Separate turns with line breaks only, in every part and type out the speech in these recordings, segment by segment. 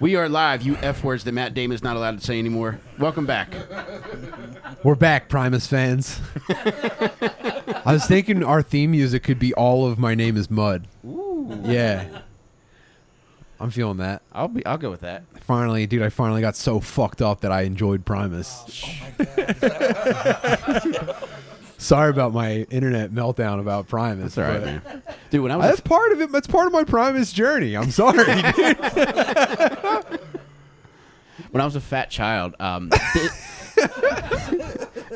We are live, you F words that Matt Damon's not allowed to say anymore. Welcome back.
We're back, Primus fans. I was thinking our theme music could be all of My Name is Mud. Ooh. Yeah. I'm feeling that.
I'll be I'll go with that.
Finally, dude, I finally got so fucked up that I enjoyed Primus. Sorry about my internet meltdown about Primus.
It's all right,
but-
man. Dude, when I was
That's part of it. That's part of my Primus journey. I'm sorry. dude.
when I was a fat child, um, th-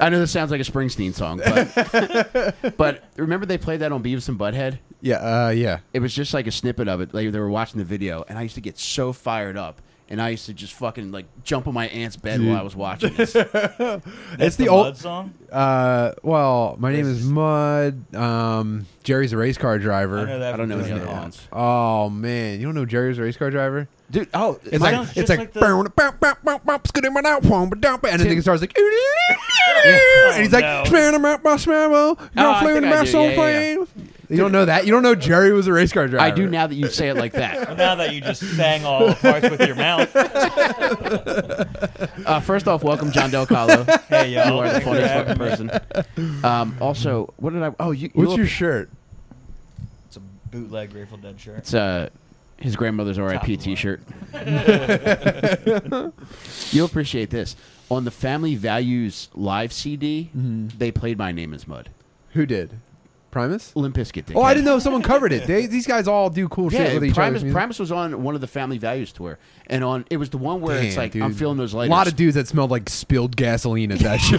I know this sounds like a Springsteen song, but but remember they played that on Beavis and Butthead.
yeah, uh, yeah.
It was just like a snippet of it. Like they were watching the video, and I used to get so fired up, and I used to just fucking like jump on my aunt's bed while I was watching this.
it's the,
the
old.
Mud song.
Uh, well, my name is Mud. Um, Jerry's a race car driver.
I know that.
I don't know
from
any
Disney.
other ones,
Oh man, you don't know Jerry's a race car driver?
dude. Oh,
It's
my-
like
sounds
it's
just
like,
like the-
"Bow, bow, bow, bow, bow, skidding right out, boom, ba, dum, ba," and then it starts like and he's
Oh,
like
no.
"Smash my- my smash my-
Oh, I
flaring
think I
my
do.
soul
Yeah, yeah, yeah.
flame." You don't know that? You don't know Jerry was a race car driver?
I do now that you say it like that.
Now that you just sang all the parts with your mouth,
Uh, first off, welcome John Del Calo.
hey y'all,
You are the
thanks for
funniest
having
fucking
me.
person. Um, also, what did I? Oh, you. you
What's
look-
your shirt?
It's a bootleg Grateful Dead shirt.
It's uh, his grandmother's RIP
line.
T-shirt. You'll appreciate this. On the Family Values live CD,
Mm-hmm.
they played "My Name Is Mud."
Who did? Primus?
Limp Bizkit did.
Oh, I didn't know someone covered it. They, these guys all do cool shit
Yeah,
with each
Primus,
other's music.
Primus was on one of the Family Values tour, and on it was the one where it's
Damn,
like I'm
dude.
feeling those
A
lighters.
lot of dudes that smelled like spilled gasoline at that show.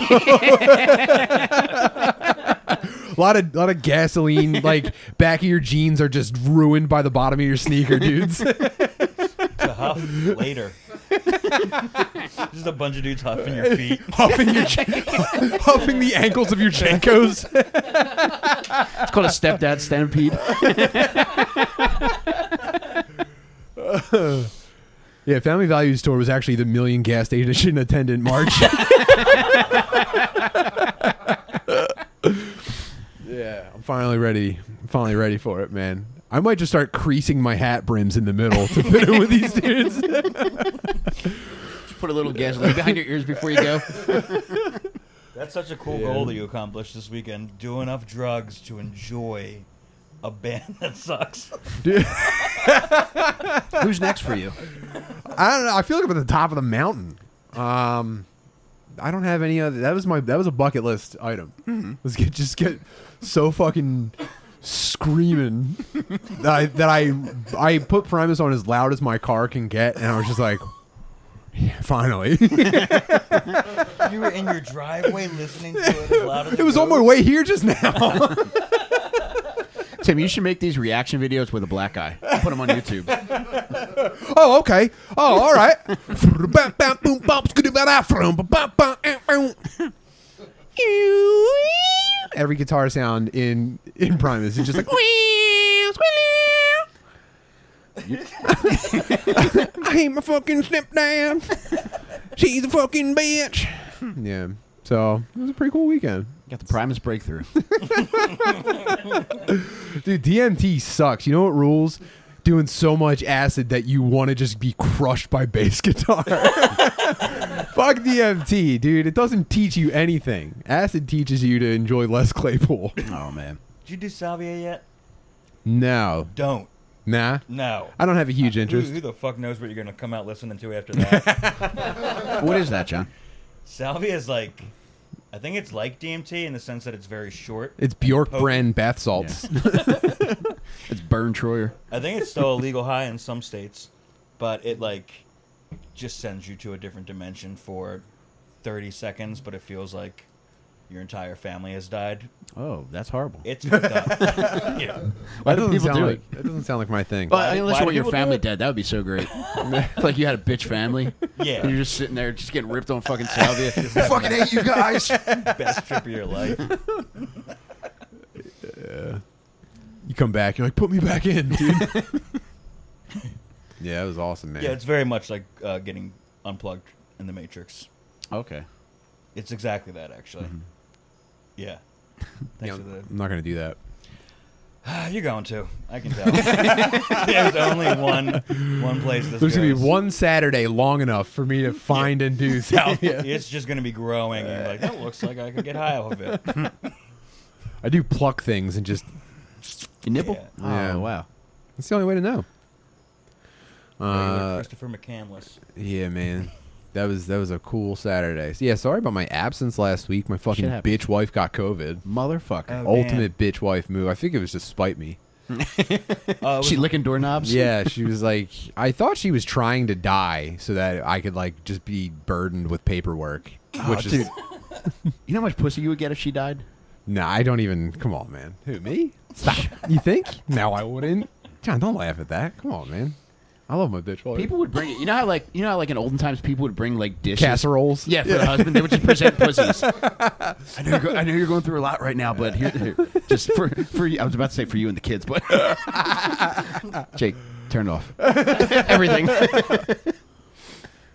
a lot of lot of gasoline. Like back of your jeans are just ruined by the bottom of your sneaker, dudes.
To huff later. just a bunch of dudes huffing your feet.
huffing your huffing the ankles of your jankos.
it's called a stepdad stampede.
yeah, Family Values Tour was actually the million gas station attendant march. yeah, I'm finally ready. I'm finally ready for it, man. I might just start creasing my hat brims in the middle to fit in with these dudes.
Just put a little gasoline behind your ears before you go.
That's such a cool goal that you accomplished this weekend. Do enough drugs to enjoy a band that sucks.
Who's next for you?
I don't know. I feel like I'm at the top of the mountain. Um, I don't have any other. That was my. That was a bucket list item. Let's get just get so fucking screaming that I that I I put Primus on as loud as my car can get, and I was just like, yeah, finally.
You were in your driveway listening to it as loud as
it was on my
goes.
way here just now.
Tim, you should make these reaction videos with a black eye. Put them on YouTube.
oh, okay. Oh, all right. eh, oh. Every guitar sound in in Primus is just like. I hate my fucking stepdad. She's a fucking bitch. Yeah. So it was a pretty cool weekend.
Got the Primus breakthrough.
Dude, DMT sucks. You know what rules? Doing so much acid that you want to just be crushed by bass guitar. Fuck DMT, dude. It doesn't teach you anything. Acid teaches you to enjoy Les Claypool.
oh man.
Did you do salvia yet?
No.
Don't.
Nah.
No.
I don't have a huge
Who,
interest.
who the fuck knows what you're gonna come out listening to after that?
What is that, John?
salvia is like, I think it's like DMT in the sense that it's very short.
It's Bjork brand bath salts.
It's Burn Troyer.
I think it's still a legal high in some states, but it like just sends you to a different dimension for 30 seconds, but it feels like your entire family has died.
Oh, that's horrible.
It's fucked up. yeah.
Why
That
do
doesn't
people
sound
do
like,
it?
That doesn't sound like my thing.
Well,
Why do-
unless
why
you
do
want your
people do
family
it?
dead, that would be so great. It's like you had a bitch family.
Yeah.
And you're just sitting there, just getting ripped on fucking salvia.
fucking hate you guys.
Best trip of your life.
You come back, you're like, put me back in, dude. yeah, that was awesome, man.
Yeah, it's very much like uh, getting unplugged in the Matrix.
okay.
It's exactly that, actually. Yeah.
Yeah,
Thanks for the.
I'm not gonna do that.
You're going to. I can tell. There's only one one place this
There's gonna be
goes.
one Saturday long enough for me to find and do
No,
South.
It's just going to be growing. And you're like, that looks like I could get high off of it.
I do pluck things and just
You nibble?
Yeah.
Yeah.
Oh, wow.
it's the only way to know.
Regular
Uh,
Christopher McCandless.
yeah, man, that was that was a cool Saturday. Yeah, sorry about my absence last week. My fucking
happens.
bitch wife got COVID.
Motherfucker.
Oh, man.
Ultimate bitch wife move. I think it was just spite me.
Uh, it was
she licking doorknobs?
Yeah, she was like, I thought she was trying to die so that I could like just be burdened with paperwork, which is
dude. You know how much pussy you would get if she died?
nah. I don't even. Come on, man. Who me? Stop. you think? No, I wouldn't. John, don't laugh at that. Come on, man. I love my bitch. wife.
People would bring it. You know how like you know how like in olden times people would bring like dishes.
casseroles.
Yeah, for the husband, they would just present pussies. I know, you're go- I know you're going through a lot right now, but here, here just for for you, I was about to say for you and the kids, but Jake, turn it off everything.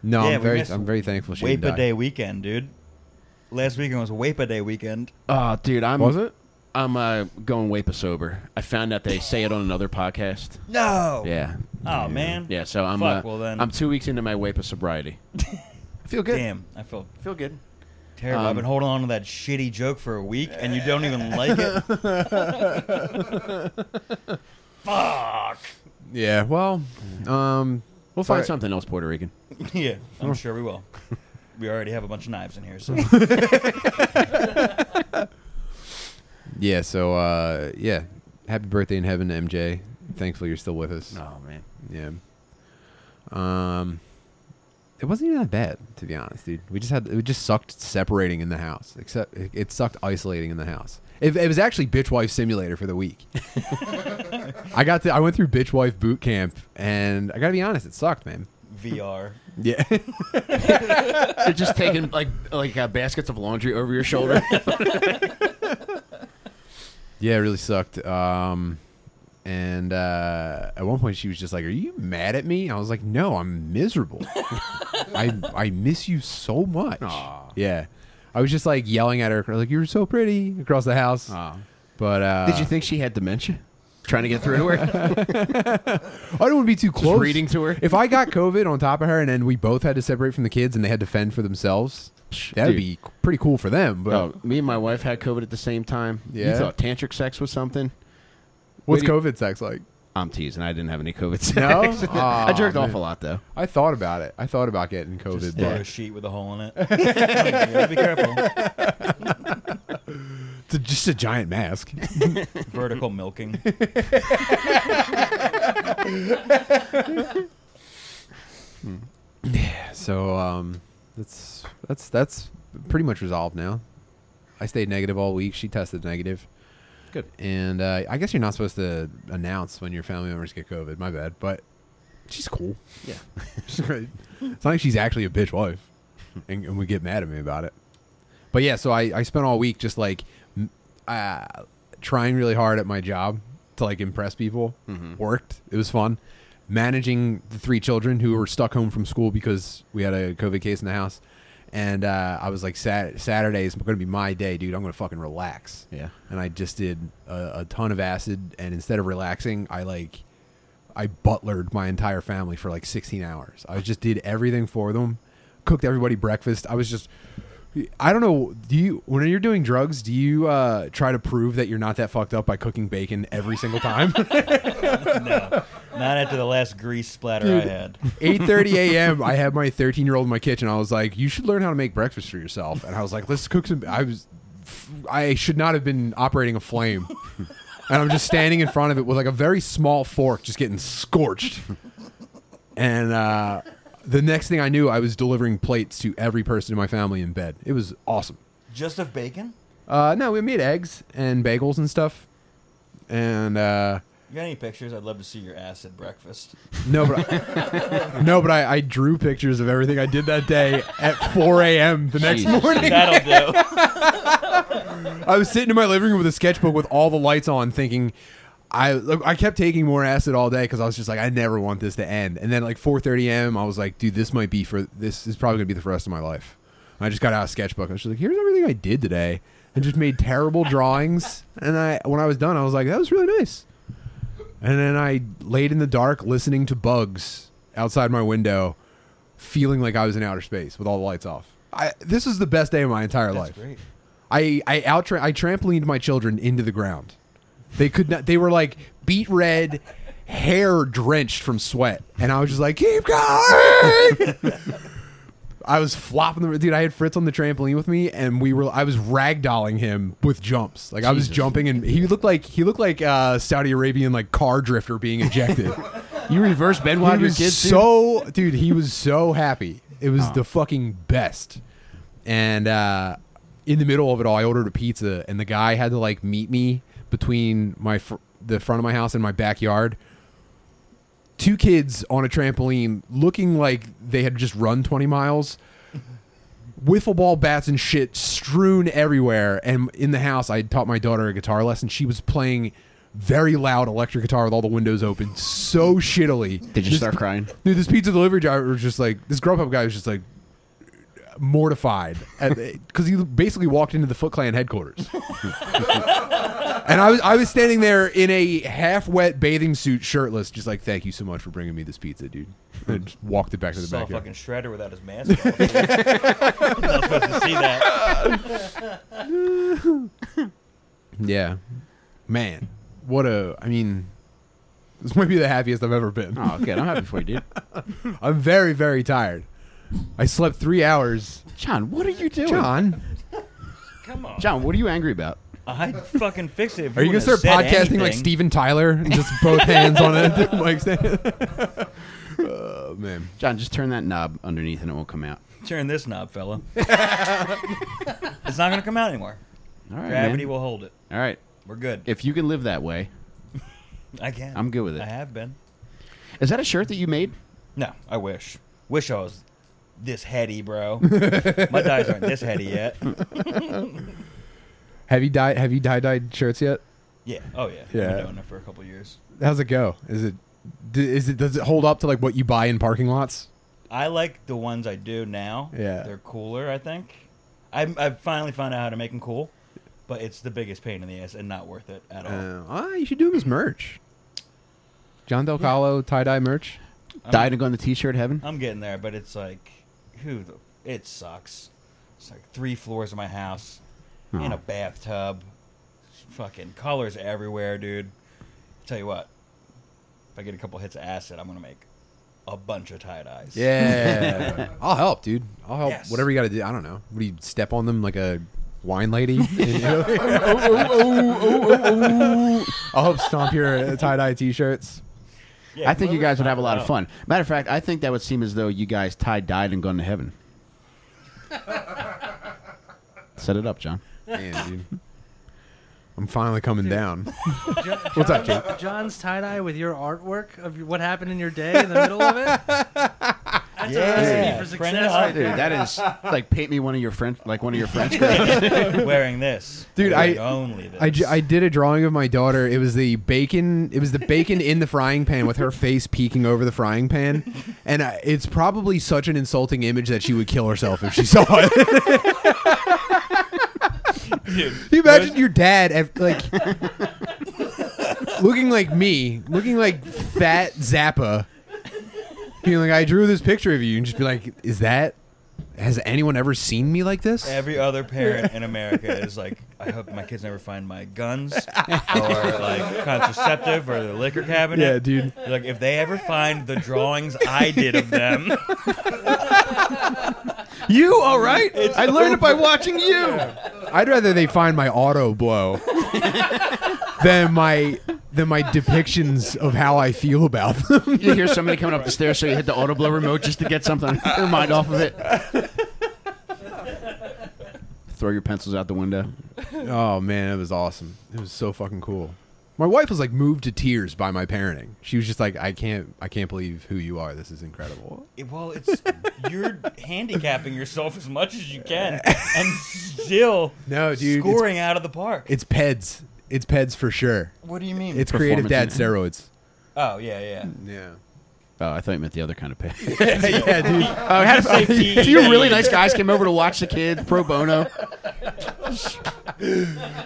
No,
Yeah,
I'm
we
very,
missed
I'm very thankful she
Wape
didn't
a
die.
Day weekend, dude. Last weekend was Wape a Day weekend.
Oh, dude, I'm
Was it?
I'm uh, going way sober. I found out they say it on another podcast.
No.
Yeah,
Oh man.
yeah. So I'm
Fuck,
uh,
well then.
I'm two weeks into my WAPA sobriety. I feel good.
Damn. I feel
Feel good.
terrible.
Um,
I've been holding on to that shitty joke for a week, and you don't even like it. Fuck.
Yeah. Well, um, we'll
Find
find something.
something else, Puerto Rican.
Yeah, I'm sure we will. We already have a bunch of knives in here, so
Yeah. So, uh, yeah. Happy birthday in heaven, to MJ. Thankfully, you're still with us.
Oh man.
Yeah. Um, it wasn't even that bad, to be honest, dude. We just had it just sucked separating in the house. Except it, it sucked isolating in the house. It, it was actually bitch wife simulator for the week. I got to, I went through bitch wife boot camp, and I gotta be honest, it sucked, man.
VR.
Yeah.
You're just taking like like uh, baskets of laundry over your shoulder.
Yeah, it really sucked. Um, and uh, at one point, she was just like, "Are you mad at me?" I was like, "No, I'm miserable. I I miss you so much."
Aw.
Yeah, I was just like yelling at her, like, "You were so pretty" across the house. But uh,
Did you think she had dementia? Trying to get through to her.
I don't want to be too close.
reading to her?
If I got COVID on top of her, and then we both had to separate from the kids, and they had to fend for themselves, that'd
Dude.
be pretty cool for them. But
Oh, me and my wife had COVID at the same time. You
Yeah.
thought tantric sex was something?
what's
wait,
COVID sex like?
I'm teasing. I didn't have any COVID sex.
No?
I
Aw,
jerked off
man.
a lot though.
I thought about it. I thought about getting COVID.
Just
but
throw a sheet with a hole in it. Yeah, be careful.
It's a- just a giant mask.
Vertical milking.
So um, that's that's that's pretty much resolved now. I stayed negative all week. She tested negative,
Good.
and uh, I guess you're not supposed to announce when your family members get COVID. My bad, but she's cool.
Yeah.
She's great. It's not like she's actually a bitch wife, and, and would get mad at me about it. But yeah, so I I spent all week just like m- uh, trying really hard at my job to like impress people.
Mm-hmm.
Worked. It was fun. Managing the three children who were stuck home from school because we had a COVID case in the house. And uh, I was like, Sat- Saturday is going to be my day, dude. I'm going to fucking relax.
Yeah.
And I just did a, a ton of acid. And instead of relaxing, I like, I butlered my entire family for like 16 hours. I just did everything for them, cooked everybody breakfast. I was just, I don't know. Do you when you're doing drugs, do you uh, try to prove that you're not that fucked up by cooking bacon every single time?
No, not after the last grease splatter I had.
8:30 a.m. I had my 13 year old in my kitchen. I was like, "You should learn how to make breakfast for yourself." And I was like, "Let's cook some." I was, I should not have been operating a flame, and I'm just standing in front of it with like a very small fork, just getting scorched. And uh, the next thing I knew, I was delivering plates to every person in my family in bed. It was awesome.
Just of bacon?
Uh, no, we made eggs and bagels and stuff. And uh,
You got any pictures? I'd love to see your acid breakfast.
no, but I, no, but I, I drew pictures of everything I did that day at 4 a.m. the next
Jesus.
morning.
That'll do.
I was sitting in my living room with a sketchbook with all the lights on, thinking. I look, I kept taking more acid all day because I was just like I never want this to end. And then like 4:30 a.m. I was like, dude, this might be for this is probably gonna be the rest of my life. And I just got out a sketchbook. I was just like, here's everything I did today. and just made terrible drawings. And I, when I was done, I was like, that was really nice. And then I laid in the dark listening to bugs outside my window, feeling like I was in outer space with all the lights off. I, this is the best day of my entire life.
That's great.
I I out I trampolined my children into the ground. They could not. They were like beet red, hair drenched from sweat, and I was just like, keep going. I was flopping the dude. I had Fritz on the trampoline with me, and we were. I was ragdolling him with jumps. Like I was
Jesus.
jumping, and he looked like he looked like uh, Saudi Arabian like car drifter being ejected.
You reverse Benoit
he
your
was
kids. dude?
so dude. He was so happy. It was the fucking best. And uh, in the middle of it all, I ordered a pizza, and the guy had to like meet me between my fr- the front of my house and my backyard. Two kids on a trampoline, looking like they had just run twenty miles. Wiffle ball bats and shit strewn everywhere, and in the house, I taught my daughter a guitar lesson. She was playing very loud electric guitar with all the windows open, so shittily.
Did you
This
start crying?
Dude, this pizza delivery driver was just like this grub up guy was just like mortified because he basically walked into the Foot Clan headquarters, and I was I was standing there in a half wet bathing suit, shirtless, just like thank you so much for bringing me this pizza, dude, and just walked it back to the
Saw a
back.
fucking shredder without his mask. on. Not supposed to see that.
Yeah, man, what a I mean, this might be the happiest I've ever been.
Oh, good. I'm happy for you, dude.
I'm very very tired. I slept three hours.
John, what are you doing?
John,
Come on.
John, what are you angry about?
I fucking fix it. If
Are you gonna
wouldn't have
start podcasting
said
like
anything.
Steven Tyler and just both hands on it? Mike stand? oh man,
John, just turn that knob underneath and it won't come out.
Turn this knob, fella. it's not gonna come out anymore.
All right,
Gravity
man.
will hold it.
All right.
We're good.
If you can live that way,
I can.
I'm good with it.
I have been.
is that a shirt that you made?
No, I wish. Wish I was this heady, bro. My dyes aren't this heady yet.
have you dyed have you dye dyed shirts yet?
Yeah. Oh yeah. I've
Yeah.
been doing it for a couple years.
How's it go? Is it d- is it does it hold up to like what you buy in parking lots?
I like the ones I do now.
Yeah.
They're cooler, I think. I I finally found out how to make them cool, but it's the biggest pain in the ass and not worth it at all.
ah, you should do them as merch. John Del Calo tie dye merch.
I'm-
Died and gone to t-shirt heaven?
I'm getting there, but it's like, who the? It sucks. It's like three floors of my house, in a bathtub, fucking colors everywhere, dude. Tell you what, if I get a couple hits of acid, I'm gonna make a bunch of tie dyes.
Yeah, I'll help, dude. I'll help.
Yes.
Whatever you got to do. I don't know. What do you step on them like a wine lady? Oh, I'll help stomp your tie dye t shirts.
Yeah,
I think you
whoever
guys would have a lot of
found
fun. Matter of fact, I think that would seem as though you guys tied, died, and gone to heaven. Set it up, John.
Man, dude. I'm finally coming down.
Jo-
What's up,
John- John's tie dye with your artwork of your- what happened in your day in the middle of it. That's
Yeah.
a recipe for
Print it
success,
up.
right
Dude,
there.
that is like paint me one of your French, like one of your French girls.
out. wearing this,
Dude,
Wearing
I-
only this.
I, j- I did a drawing of my daughter. It was the bacon. It was the bacon in the frying pan with her face peeking over the frying pan, and I, it's probably such an insulting image that she would kill herself if she saw it. Can
Dude,
you imagine your dad ev- like looking like me, looking like fat Zappa, being like, "I drew this picture of you," and just be like, "Is that? Has anyone ever seen me like this?"
Every other parent in America is like, I hope my kids never find my guns or like contraceptive or the liquor cabinet.
Yeah, dude.
Like if they ever find the drawings I did of them,
you, all right? I learned it by watching you.
I'd rather they find my auto blow than my than my depictions of how I feel about them.
You hear somebody coming up the stairs, so you hit the auto blow remote just to get something your mind off of it. Throw your pencils out the window.
oh man, it was awesome. It was so fucking cool. My wife was like moved to tears by my parenting. She was just like, I can't I can't believe who you are. This is incredible.
it- well, it's you're handicapping yourself as much as you can and still
No, dude, it's-
scoring out of the park.
It's peds. It's peds for sure.
what do you mean?
It's creative dad
Performance
steroids.
oh yeah, yeah.
Yeah.
Oh, I thought you meant the other kind of paint.
yeah, dude.
Oh, had
Safety.
a few really nice guys came over to watch the kid pro bono.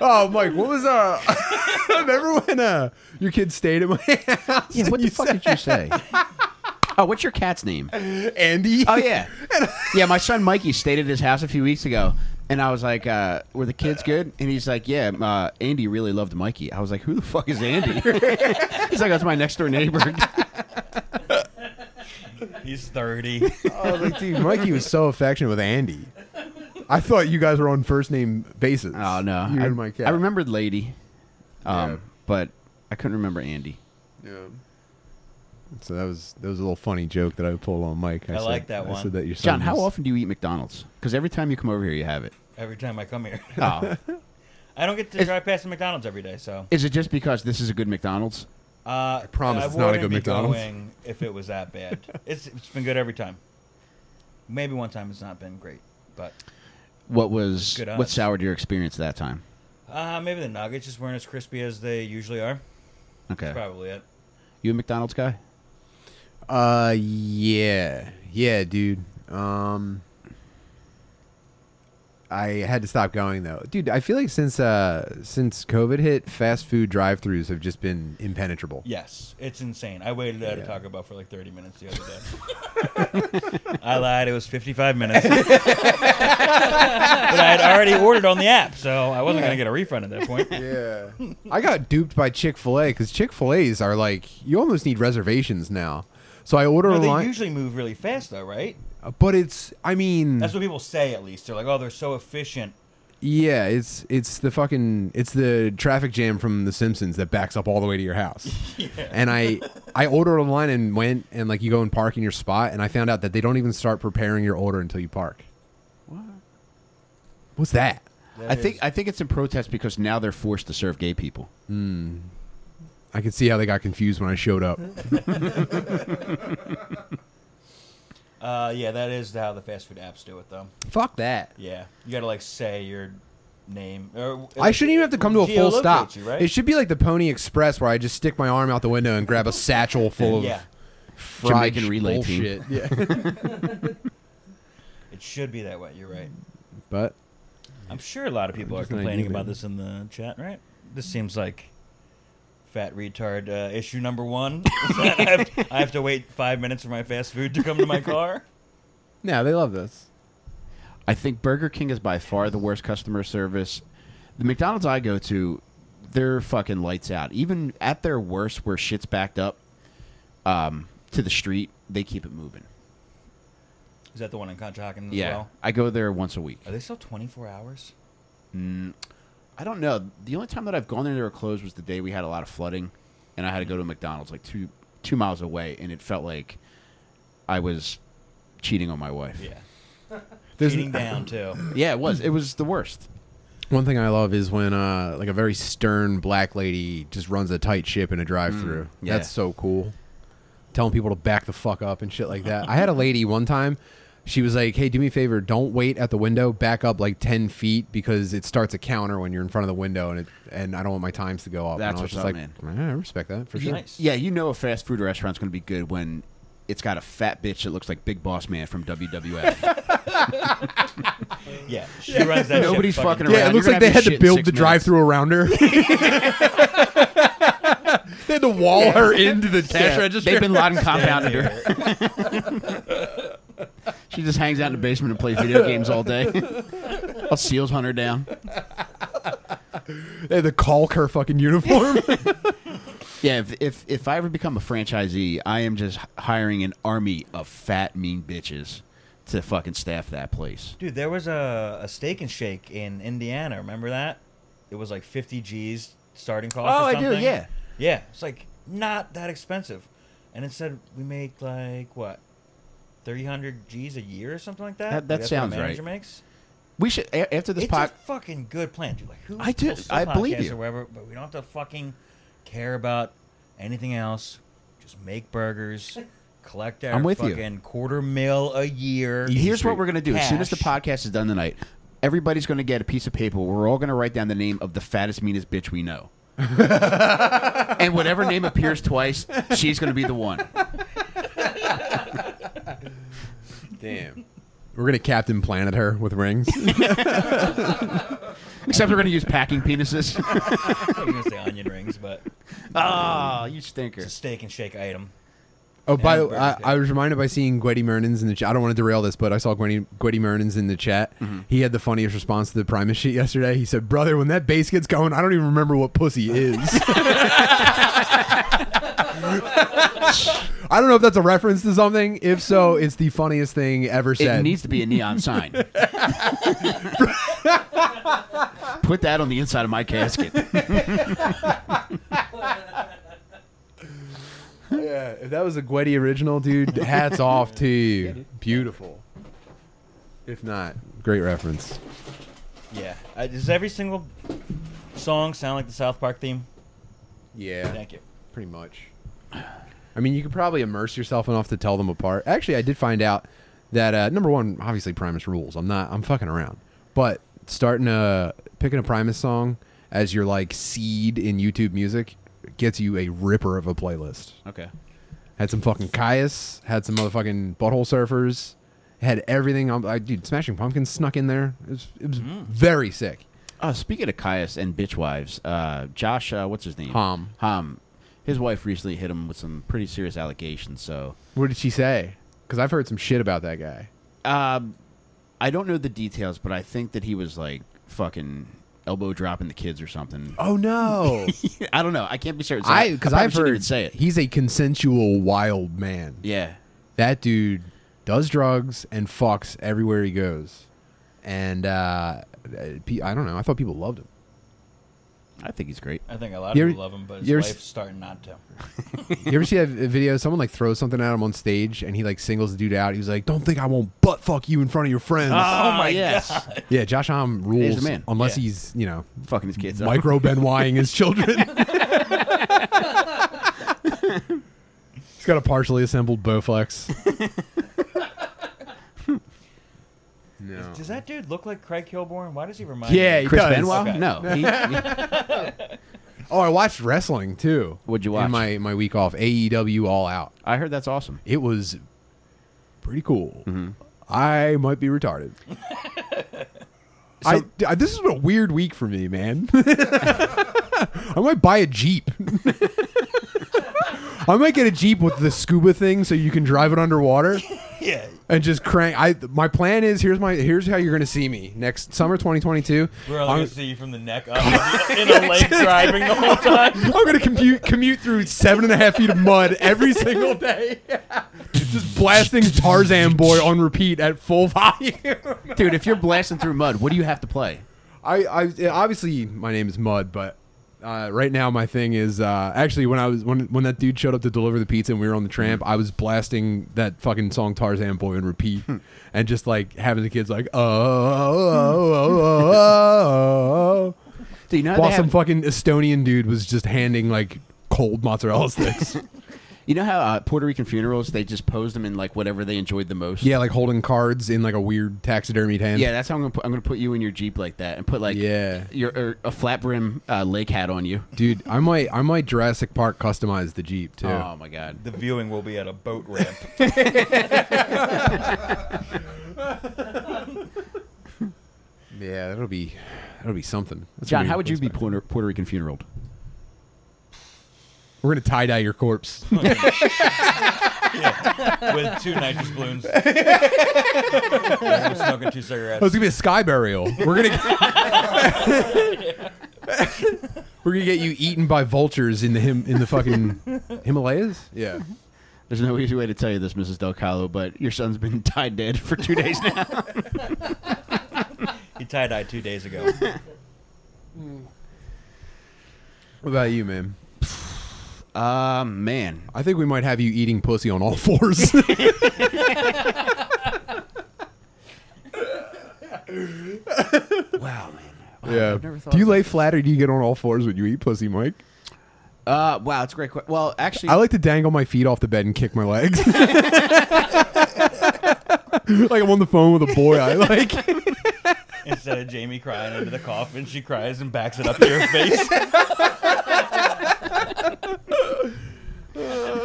Oh, Mike, what was uh? remember when uh your kid stayed at my house?
Yeah, what
and
the fuck did you say? Oh, what's your cat's name?
said Andy?
Oh yeah, yeah. My son Mikey stayed at his house a few weeks ago, and I was like, uh, "Were the kids good?" And he's like, "Yeah." Uh, Andy really loved Mikey. I was like, "Who the fuck is Andy?" he's like, "That's my next door neighbor."
He's 30.
I was like, dude, Mikey was so affectionate with Andy. I thought you guys were on first name basis.
oh no,
you
I,
and my cat.
I remembered Lady, um,
Yeah.
but I couldn't remember Andy.
So that was that was a little funny joke that I pulled on Mike. I,
I
said-
like that
I
one.
said that your son
John, how
was-
often do you eat McDonald's? Because every time you come over here, you have it.
Every time I come here,
Oh,
I don't get to drive past the McDonald's every day. So
is it just because this is a good McDonald's?
uh, I
promise it's not a
wouldn't
good
be
McDonald's.
going if it was that bad, it's it's been good every time. Maybe one time it's not been great, but
What was
Good
what
odds.
soured your experience that time?
uh, maybe the nuggets just weren't as crispy as they usually are.
Okay,
That's probably it.
you a McDonald's guy?
Uh, yeah, yeah, dude. Um, I had to stop going though, dude. I feel like since uh since COVID hit, fast food drive-throughs have just been impenetrable.
Yes, it's insane. I waited at
Yeah.
a Taco Bell for like 30 minutes the other day. I lied. It was 55 minutes. but I had already ordered on the app, so I wasn't going to get a refund at that point.
Yeah, I got duped by Chick Fil A because Chick Fil A's are like you almost need reservations now. So I order
No, they
online,
usually move really fast, though, right?
but it's I mean
That's what people say, at least. They're like, oh, they're so efficient.
Yeah, it's it's the fucking it's the traffic jam from The Simpsons that backs up all the way to your house. And I I ordered online and went and like you go and park in your spot and I found out that they don't even start preparing your order until you park. What? What's that?
I think I think it's in protest because now they're forced to serve gay people.
I could see how they got confused when I showed up.
Uh, yeah, that is how the fast food apps do it, though.
Fuck that.
Yeah, you got to like say your name. Or, uh,
I shouldn't even have to come to a full
Geolocate
stop.
you, right?
It should be like the Pony Express where I just stick my arm out the window and grab a satchel full of
Yeah,
fried
Jamaican relay team.
bullshit. Yeah.
it should be that way. You're right.
but
I'm sure a lot of people are
Just an
complaining
idea, man.
about this in the chat, right? This seems like fat retard uh, issue number one. I, have, I have to wait five minutes for my fast food to come to my car.
no, they love this.
I think Burger King is by far the worst customer service. The McDonald's I go to, they're fucking lights out. Even at their worst, where shit's backed up um, to the street, they keep it moving.
Is that the one in Conshohocken as
yeah,
well?
I go there once a week.
Are they still 24 hours?
I don't know. The only time that I've gone there, they were closed was the day we had a lot of flooding, and I had to go to a McDonald's like two two miles away, and it felt like I was cheating on my wife.
Yeah.
There's-
Cheating down, too.
yeah it was. It was the worst.
One thing I love is when uh, like a very stern black lady just runs a tight ship in a drive-through.
Mm, yeah.
That's so cool. Telling people to back the fuck up and shit like that. I had a lady one time. She was like, "Hey, do me a favor. Don't wait at the window. Back up like ten feet because it starts a counter when you're in front of the window, and it and I don't want my times to go up."
That's
and I was
what's
just
up,
like,
man.
"Yeah, I respect that for sure."
Nice.
Yeah, you know a fast food restaurant's going to be good when it's got a fat bitch that looks like Big Boss Man from WWF.
Yeah. She runs that ship
Nobody's fucking around.
Yeah,
You're
it looks
gonna
like they
have
had
your
to
shit in
build
six
the
minutes.
drive-through around her. they had to wall her into the cash
Yeah,
register.
They've been loud and compounded her.
here.
She just hangs out in the basement and plays video games all day. I'll seals hunt her down.
They had to caulk her fucking uniform.
Yeah, if, if if I ever become a franchisee, I am just h- hiring an army of fat mean bitches to fucking staff that place.
Dude, there was a, a steak and shake in Indiana. Remember that? It was like 50 G's starting cost.
Oh,
or
I do,
something.
yeah.
Yeah, it's like not that expensive. And instead, we make like what? 300 G's a year or something like that?
That- that
That's
sounds
what a manager
right.
makes?
We should a- after this
It's
pod.
a fucking good plan, dude. Like, who
I do-
will still
I believe
podcast
you.
Or whatever, but we don't have to fucking care about anything else. Just make burgers, collect our
I'm with you.
fucking quarter mil a year.
Here's what we're gonna do. As soon as the
Cash.
podcast is done tonight, everybody's gonna get a piece of paper. We're all gonna write down the name of the fattest, meanest bitch we know. and whatever name appears twice, she's gonna be the one.
Damn. We're gonna Captain Planet her with rings.
Except we're going to use packing penises.
I thought you were gonna say onion rings, but
Ah, you stinker.
it's a steak and shake item.
Oh, by the
And
way, I,
burger.
I was reminded by seeing Gwetty Mernins in the chat. I don't want to derail this, but I saw Gwetty, Gwetty Mernins in the chat. He had the funniest response to the Primus shit yesterday. He said, Brother, when that bass gets going, I don't even remember what pussy is. I don't know if that's a reference to something. If so, it's the funniest thing ever
It
said.
needs to be a neon sign. Put that on the inside of my casket.
yeah, if that was a Gwetty original, dude, hats off to you. Beautiful. If not, great reference.
Yeah. Uh, does every single song sound like the South Park theme?
Yeah.
Thank you.
pretty much. I mean, you could probably immerse yourself enough to tell them apart. Actually, I did find out that uh, number one, obviously Primus rules. I'm not, I'm fucking around, but starting a picking a Primus song as your like seed in YouTube music gets you a ripper of a playlist.
Okay.
Had some fucking Caius, had some motherfucking Butthole Surfers, had everything. I'm like, dude, Smashing Pumpkins snuck in there. It was, it was very sick.
Uh, speaking of Caius and bitch wives, uh, Josh, uh, what's his name?
Hom.
Hom. His wife recently hit him with some pretty serious allegations. So
What did she say? Because I've heard some shit about that guy.
um, I don't know the details, but I think that he was like fucking elbow dropping the kids or something.
Oh no.
I don't know. I can't be certain. So
I because
probably
I've
shouldn't
heard
even say it.
he's a consensual wild man.
yeah.
That dude does drugs and fucks everywhere he goes, and uh, pe- I don't know. I thought people loved him.
I think he's great.
I think a lot
You're-
of people love him, but his
you're s-
wife's starting not to.
You ever see that v- video? Someone like throws something at him on stage, and he like singles the dude out. He's like, "Don't think I won't butt fuck you in front of your friends."
Ah,
Oh, my
yes.
yeah, Josh Homme rules.
the man.
Unless
Yeah.
he's you know
Fucking his kids. up.
micro Benoiting his children. he's got a partially assembled Bowflex. no.
Does that dude look like Craig Kilborn? Why does he remind
Yeah,
me?
he
Chris
does.
Benoit?
Okay.
No. He- he-
Oh, I watched wrestling too.
What'd you watch?
In my my week off, AEW All Out.
I heard that's awesome.
It was pretty cool.
Mm-hmm.
I might be retarded. I, I- this has been a weird week for me, man. I might buy a jeep. I might get a jeep with the scuba thing, so you can drive it underwater
Yeah.
and just crank. I my plan is here's my here's how you're gonna see me next summer 2022.
We're only
I'm-
gonna see you from the neck up in a lake driving the whole time.
I'm gonna commute commute through seven and a half feet of mud every single day, just blasting Tarzan Boy on repeat at full volume.
Dude, if you're blasting through mud, what do you have to play?
I, I yeah, obviously my name is Mud, but uh, right now my thing is uh, actually when I was when when that dude showed up to deliver the pizza and we were on the tramp, I was blasting that fucking song Tarzan Boy on repeat and just like having the kids like oh oh oh oh. oh, oh.
Do you know how
While
they
some
have-
fucking Estonian dude was just handing like cold mozzarella sticks.
You know how uh, Puerto Rican funerals they just pose them in like whatever they enjoyed the most.
Yeah, like holding cards in like a weird taxidermied hand.
yeah. That's how I'm gonna put, I'm gonna put you in your jeep like that and put like
Yeah.
your or a flat brim uh, lake hat on you.
dude, I might I might Jurassic Park customize the Jeep too.
Oh my god.
The viewing will be at a boat ramp.
Yeah, that'll be that'll be something. That's
John,
gonna
how would you be
a close
Puerto, Puerto Rican funeraled?
back. We're gonna tie dye your corpse.
with two nitrous balloons. Yeah, smoking two cigarettes.
Oh, it's gonna be a sky burial. We're gonna We're gonna get you eaten by vultures in the him in the fucking Himalayas? Yeah.
There's no easy way to tell you this, Mrs. Del Calo, but your son's been tied dead for two days now.
He tie dyed two days ago.
What about you, man?
uh, man.
I think we might have you eating pussy on all fours.
Wow, man.
yeah.
never thought
Do you
about
lay flat or do you get on all fours when you eat pussy, Mike?
Uh, wow, it's a great question. Well, actually,
I like to dangle my feet off the bed and kick my legs. like I'm on the phone with a boy I like.
Instead of Jamie crying under the coffin, she cries and backs it up to your face.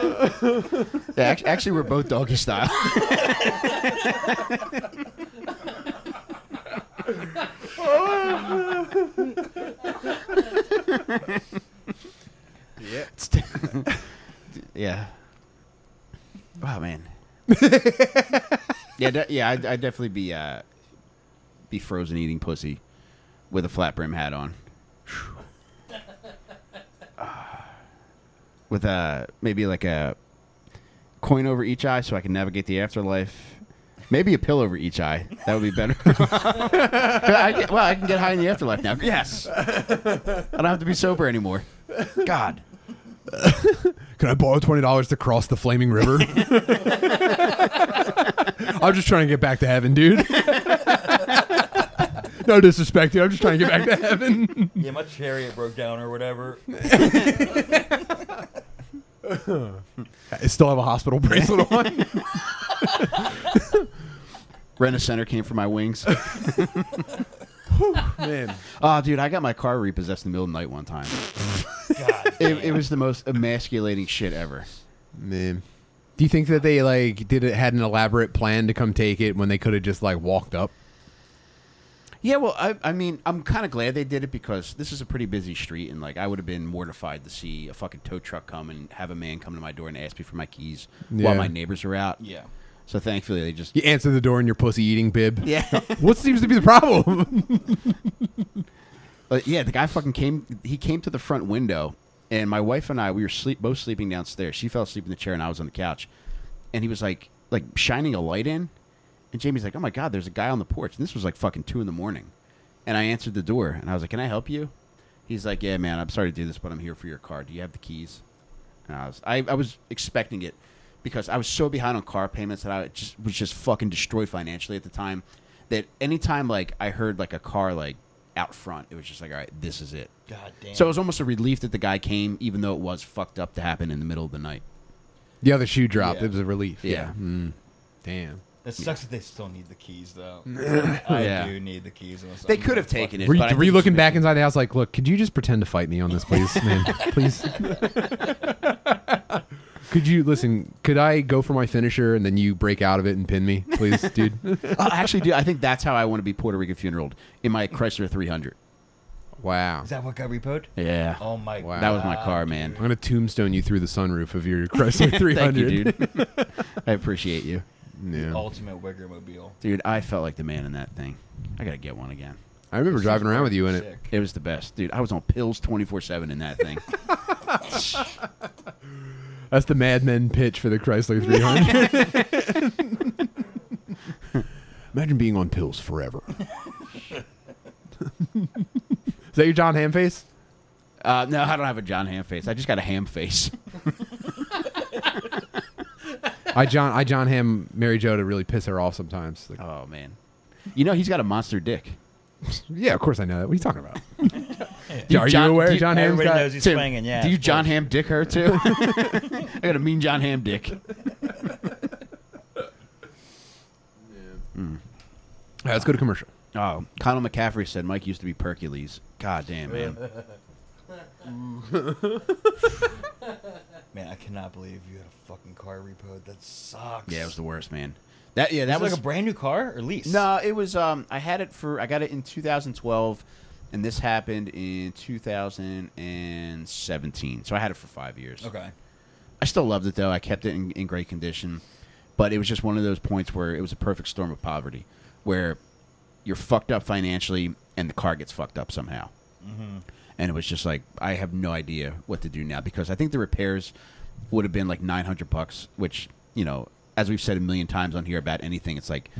yeah, act- actually, we're both doggy style. de- yeah, I'd, I'd definitely be uh, be frozen eating pussy with a flat brim hat on. Whew. Ah. with uh, maybe like a coin over each eye so I can navigate the afterlife. Maybe a pill over each eye. That would be better. I get- well, I can get high in the afterlife now. Yes. I don't have to be sober anymore. God.
Can I borrow twenty dollars to cross the flaming river? I'm just trying to get back to heaven, dude. no disrespect, dude. I'm just trying to get back to heaven.
Yeah, my chariot broke down or whatever.
I still have a hospital bracelet on.
Rent a center came for my wings.
Man,
Oh, dude, I got my car repossessed in the middle of the night one time.
God,
It, it was the most emasculating shit ever.
man. Do you think that they like did it had an elaborate plan to come take it when they could have just like walked up?
Yeah, well, I, I mean, I'm kind of glad they did it because this is a pretty busy street, and like I would have been mortified to see a fucking tow truck come and have a man come to my door and ask me for my keys
Yeah.
while my neighbors are out.
yeah.
So thankfully, they just
You answer the door in your pussy eating bib.
yeah,
What seems to be the problem?
But, yeah. The guy fucking came. He came to the front window, and my wife and I we were sleep both sleeping downstairs. She fell asleep in the chair, and I was on the couch. And he was like, like shining a light in, and Jamie's like, "Oh my god, there's a guy on the porch." And this was like fucking two in the morning, and I answered the door, and I was like, "Can I help you?" He's like, "Yeah, man, I'm sorry to do this, but I'm here for your car. Do you have the keys?" And I was, I, I was expecting it because I was so behind on car payments that I just was just fucking destroyed financially at the time. That anytime like I heard like a car like out front, it was just like, all right, this is it.
God damn.
So it was almost a relief that the guy came, even though it was fucked up to happen in the middle of the night.
the other shoe dropped.
Yeah.
It was a relief.
Yeah.
Mm. Damn.
it sucks that they still need the keys though. I
Yeah.
do need the keys. unless
They
I'm
could have
gonna fuck-
taken it.
Were you,
but I think
were you
it's
looking back
ridiculous.
inside the house like, look, could you just pretend to fight me on this, please, man? Please. could you listen? Could I go for my finisher and then you break out of it and pin me, please, dude?
Uh, actually, dude, I think that's how I want to be Puerto Rican funeraled in my Chrysler 300.
wow.
Is that what got repoed?
Yeah,
Oh my
Wow.
god.
that was my car, man.
I'm gonna tombstone you through the sunroof of your Chrysler 300.
Thank you, dude. I appreciate you,
Yeah.
Ultimate Wigger mobile.
dude. I felt like the man in that thing. I gotta get one again.
I remember driving around with you in it.
It was the best, dude. I was on pills twenty four seven in that thing.
That's the Mad Men pitch for the Chrysler 300. Imagine being on pills forever. Is that your John Ham face?
Uh, no, I don't have a John Ham face. I just got a ham face.
I John I John Ham Mary Jo to really piss her off sometimes. Like,
Oh man, you know he's got a monster dick.
yeah, of course I know that. What are you talking about?
you
are
John-
you aware
do you-
John Ham's
Everybody
got?
knows he's
Tim,
swinging. Yeah.
do you
of
John
course.
Ham dick her too? I got a mean John Ham dick.
All right, let's go to commercial.
Oh, Conor McCaffrey said Mike used to be Percules. God damn, man.
Man, I cannot believe you had a fucking car repoed. That sucks.
Yeah, it was the worst, man. That yeah, that
That was
was
like a brand new car or lease.
No, it was. Um, I had it for. I got it in 2012, and this happened in 2017. So I had it for five years.
Okay.
I still loved it though. I kept it in, in great condition, but it was just one of those points where it was a perfect storm of poverty, where you're fucked up financially and the car gets fucked up somehow. And it was just like I have no idea what to do now because I think the repairs would have been like 900 bucks, which you know, as we've said a million times on here about anything, it's like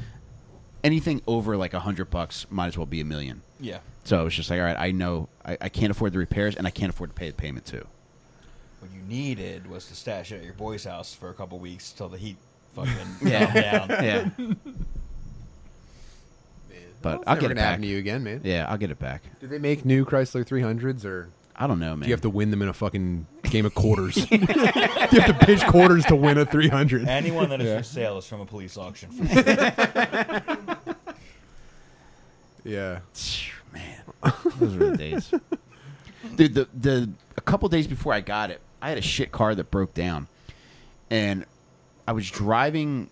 anything over like 100 bucks might as well be a million.
Yeah.
So it was just like, all right, I know I, I can't afford the repairs and I can't afford to pay the payment too.
What you needed was to stash it at your boy's house for a couple weeks till the heat fucking
Yeah.
calmed down.
Yeah. But I'll get it back.
to you again, man.
Yeah, I'll get it back.
Do they make new Chrysler 300s or
I don't know, man.
do you have to win them in a fucking game of quarters? you have to pitch quarters to win a 300.
Anyone that is for sale is from a police auction. For sure.
Yeah.
man, those were the days. Dude, the the a couple days before I got it, I had a shit car that broke down, and I was driving.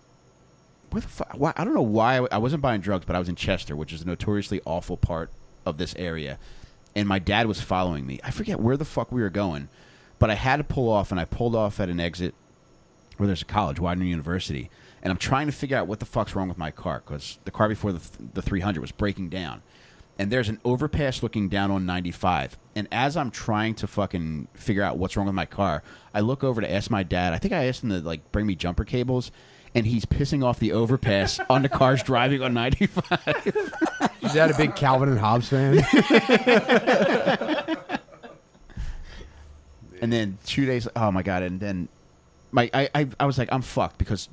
Where the fuck? Why, I don't know why I wasn't buying drugs, but I was in Chester, which is a notoriously awful part of this area, and my dad was following me. I forget where the fuck we were going, but I had to pull off, and I pulled off at an exit where there's a college, Widener University, and I'm trying to figure out what the fuck's wrong with my car because the car before the, the 300 was breaking down. And there's an overpass looking down on 95. And as I'm trying to fucking figure out what's wrong with my car, I look over to ask my dad. I think I asked him to like bring me jumper cables, and he's pissing off the overpass on the cars driving on 95.
Is that a big Calvin and Hobbes fan?
And then two days, oh my god! And then my, I, I, I was like, I'm fucked because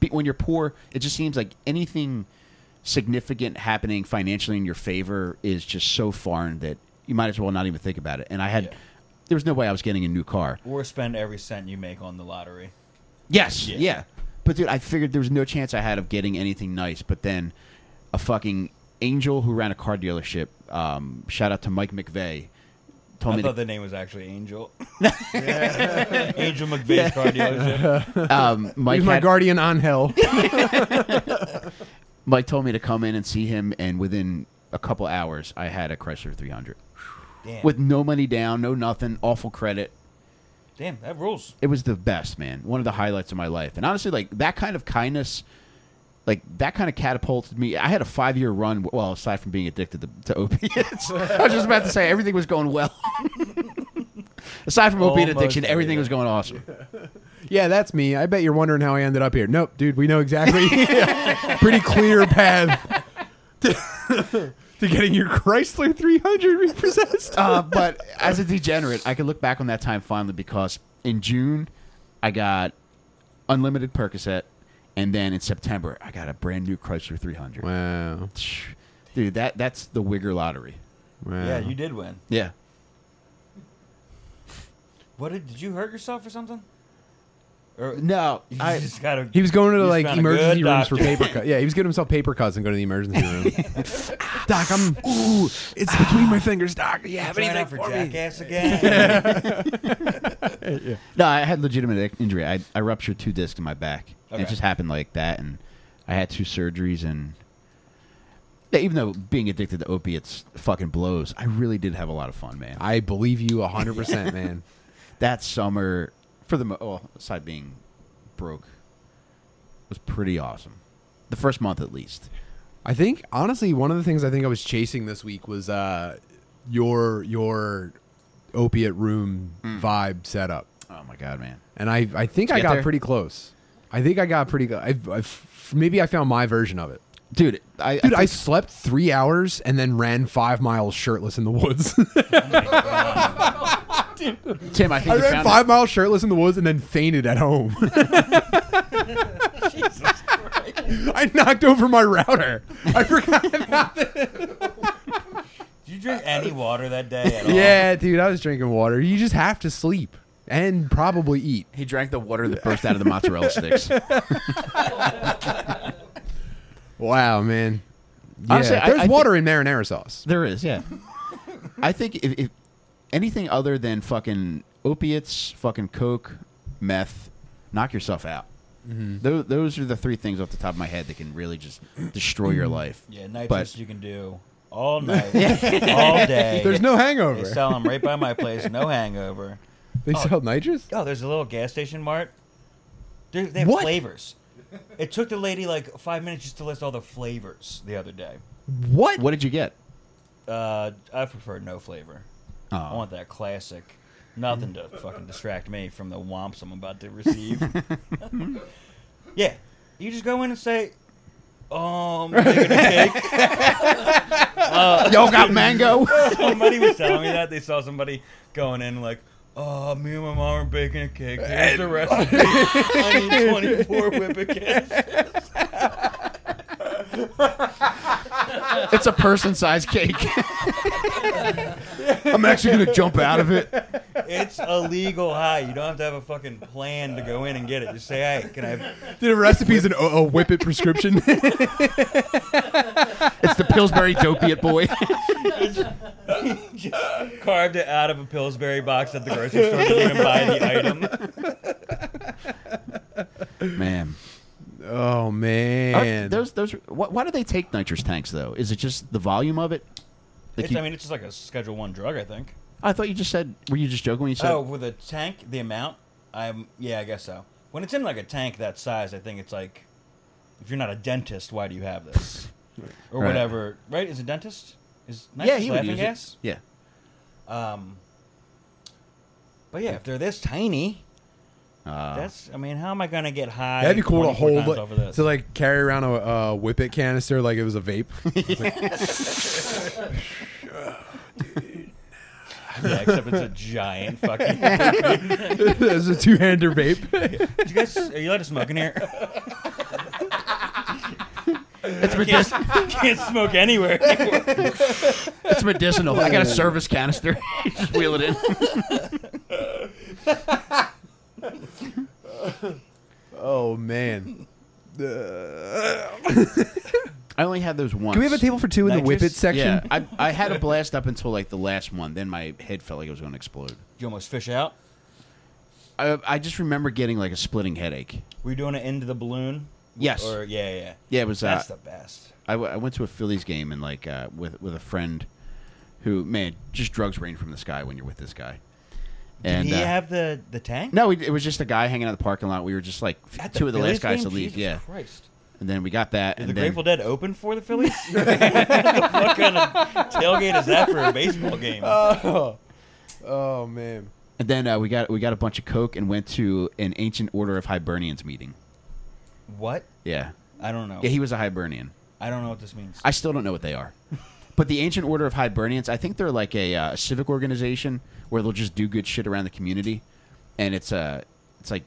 be, when you're poor, it just seems like anything significant happening financially in your favor is just so foreign that you might as well not even think about it. And I had,
Yeah.
there was no way I was getting a new car.
Or spend every cent you make on the lottery.
Yes, yeah.
Yeah.
But dude, I figured there was no chance I had of getting anything nice. But then, a fucking angel who ran a car dealership. Um, shout out to Mike McVeigh. Told
I
me
thought
to
the name was actually Angel. Angel McVeigh's car dealership.
um, Mike
He's my
had-
guardian on hell.
Mike told me to come in and see him, and within a couple hours, I had a Chrysler 300
Damn.
with no money down, no nothing, awful credit.
Damn, that rules.
It was the best, man. One of the highlights of my life, and honestly, like that kind of kindness, like that kind of catapulted me. I had a five year run. Well, aside from being addicted to, to opiates, I was just about to say everything was going well. aside from opiate
Almost
addiction, everything
there.
was going awesome.
Yeah, that's me. I bet you're wondering how I ended up here. Nope, dude, we know exactly. Pretty clear path to, to getting your Chrysler 300 repossessed.
uh, but as a degenerate, I can look back on that time fondly because in June, I got unlimited Percocet, and then in September, I got a brand new Chrysler 300.
Wow.
Dude, that that's the Wigger lottery.
wow.
Yeah, you did win.
Yeah.
What did, did you hurt yourself or something? Or
No,
you
I
just gotta.
He was going to
you just
like
found a good
emergency rooms for
doctor.
paper cuts. Yeah, he was getting himself paper cuts and going to the emergency room. Doc, I'm. Ooh, it's between my fingers, Doc. Yeah, have
Trying
anything
out for
for me?
jackass again.
no, I had legitimate injury. I, I ruptured two discs in my back. And it
Okay.
just happened like that, and I had two surgeries. And yeah, even though being addicted to opiates fucking blows, I really did have a lot of fun, man.
I believe you 100%, man.
that summer, for the mo- well, aside being broke, was pretty awesome. The first month, at least.
I think honestly, one of the things I think I was chasing this week was uh, your your opiate room vibe setup,
Oh my god, man!
and I I think I
Hmm. get
got
there?
pretty close. I think I got pretty good. I've, I've, maybe I found my version of it.
Dude, I,
Dude, I,
I, think-
slept three hours and then ran five miles shirtless in the woods.
Tim, I think
I
you
ran
found
five miles shirtless in the woods and then fainted at home. I knocked over my router. I forgot about that.
Did you drink any water that day at all?
Yeah, dude, I was drinking water. You just have to sleep and probably eat.
He drank the water that burst out of the mozzarella sticks.
Wow, man. Yeah,
Honestly, I-
there's
I
water in marinara sauce.
There is, yeah. I think if, if anything other than fucking opiates, fucking coke, meth, knock yourself out. Those, those are the three things off the top of my head that can really just destroy your life.
Yeah, night
But-
shifts you can do all night, all day.
There's no
They
hangover.
sell them right by my place. No hangover.
They sell nitrous?
Oh, there's a little gas station mart. They, they have
What?
flavors. It took the lady like five minutes just to list all the flavors the other day.
What?
What did you get?
Uh, I prefer no flavor.
Oh.
I want that classic. Nothing to fucking distract me from the womps I'm about to receive. yeah, you just go in and say, um, they're gonna take-
Y'all got mango?
somebody was telling me that they saw somebody going in like, "Oh, me and my mom are baking a cake. Here's the recipe. I need 24 whippet
It's a person-sized cake. I'm actually gonna jump out of it.
It's a legal high. You don't have to have a fucking plan to go in and get it. Just say, "Hey, can I have?"
Did a recipe's an, a whip it prescription?
It's the Pillsbury Dopiate boy.
Just carved it out of a Pillsbury box at the grocery store. Didn't even buy the item.
Man,
oh,
Are-
man.
those those. Why, why do they take nitrous tanks though? Is it just the volume of it? They
It's,
keep-
I mean, it's just like a Schedule One drug, I think.
I thought you just said. Were you just joking when you said?
oh, with a tank, the amount. I'm yeah, I guess so. When it's in like a tank that size, I think it's like If you're not a dentist, why do you have this? Or
Right.
whatever, right? Is a dentist? Is nice
yeah, he would
laughing
use
gas?
it. Yeah.
Um, but yeah, if they're this tiny,
Uh,
that's. I mean, how am I gonna get high?
That'd be cool to
24
hold,
times over
like,
this.
to like carry around a uh, whippet canister like it was a vape. It's like,
yeah, except it's a giant fucking. Did
it's a two-hander vape.
you guys? Are you allowed to smoke in here?
it's,
Can't,
medic-
can't smoke anywhere.
it's medicinal. I got a service canister. Just wheel it in.
Oh man.
I only had those once.
Can we have a table for two in the
Nitrous?
whippet section?
Yeah, I, I had a blast up until like the last one. Then my head felt like it was going to explode.
you almost fish out.
I, I just remember getting like a splitting headache.
Were you doing it into the balloon?
Yes.
Or yeah, yeah.
Yeah, it was. Uh,
That's the best.
I, w- I went to a Phillies game and like uh, with with a friend, who man, just drugs rain from the sky when you're with this guy. And
Did he
uh,
have the the tank?
no, it it was just a guy hanging out in the parking lot. We were just like f-
At
two of the
Phillies
last guys
game?
to leave.
Jesus
yeah,
Christ.
and then we got that.
Did
and
the
then
Grateful Dead open for the Phillies? what the fuck kind of tailgate is that for a baseball game?
Uh,
Oh, oh man.
And then uh, we got we got a bunch of coke and went to an ancient order of Hibernians meeting.
what?
Yeah,
I don't know.
yeah, he was a Hibernian.
I don't know what this means.
I still don't know what they are. But the Ancient Order of Hibernians, I think they're like a uh, civic organization where they'll just do good shit around the community, and it's uh, it's like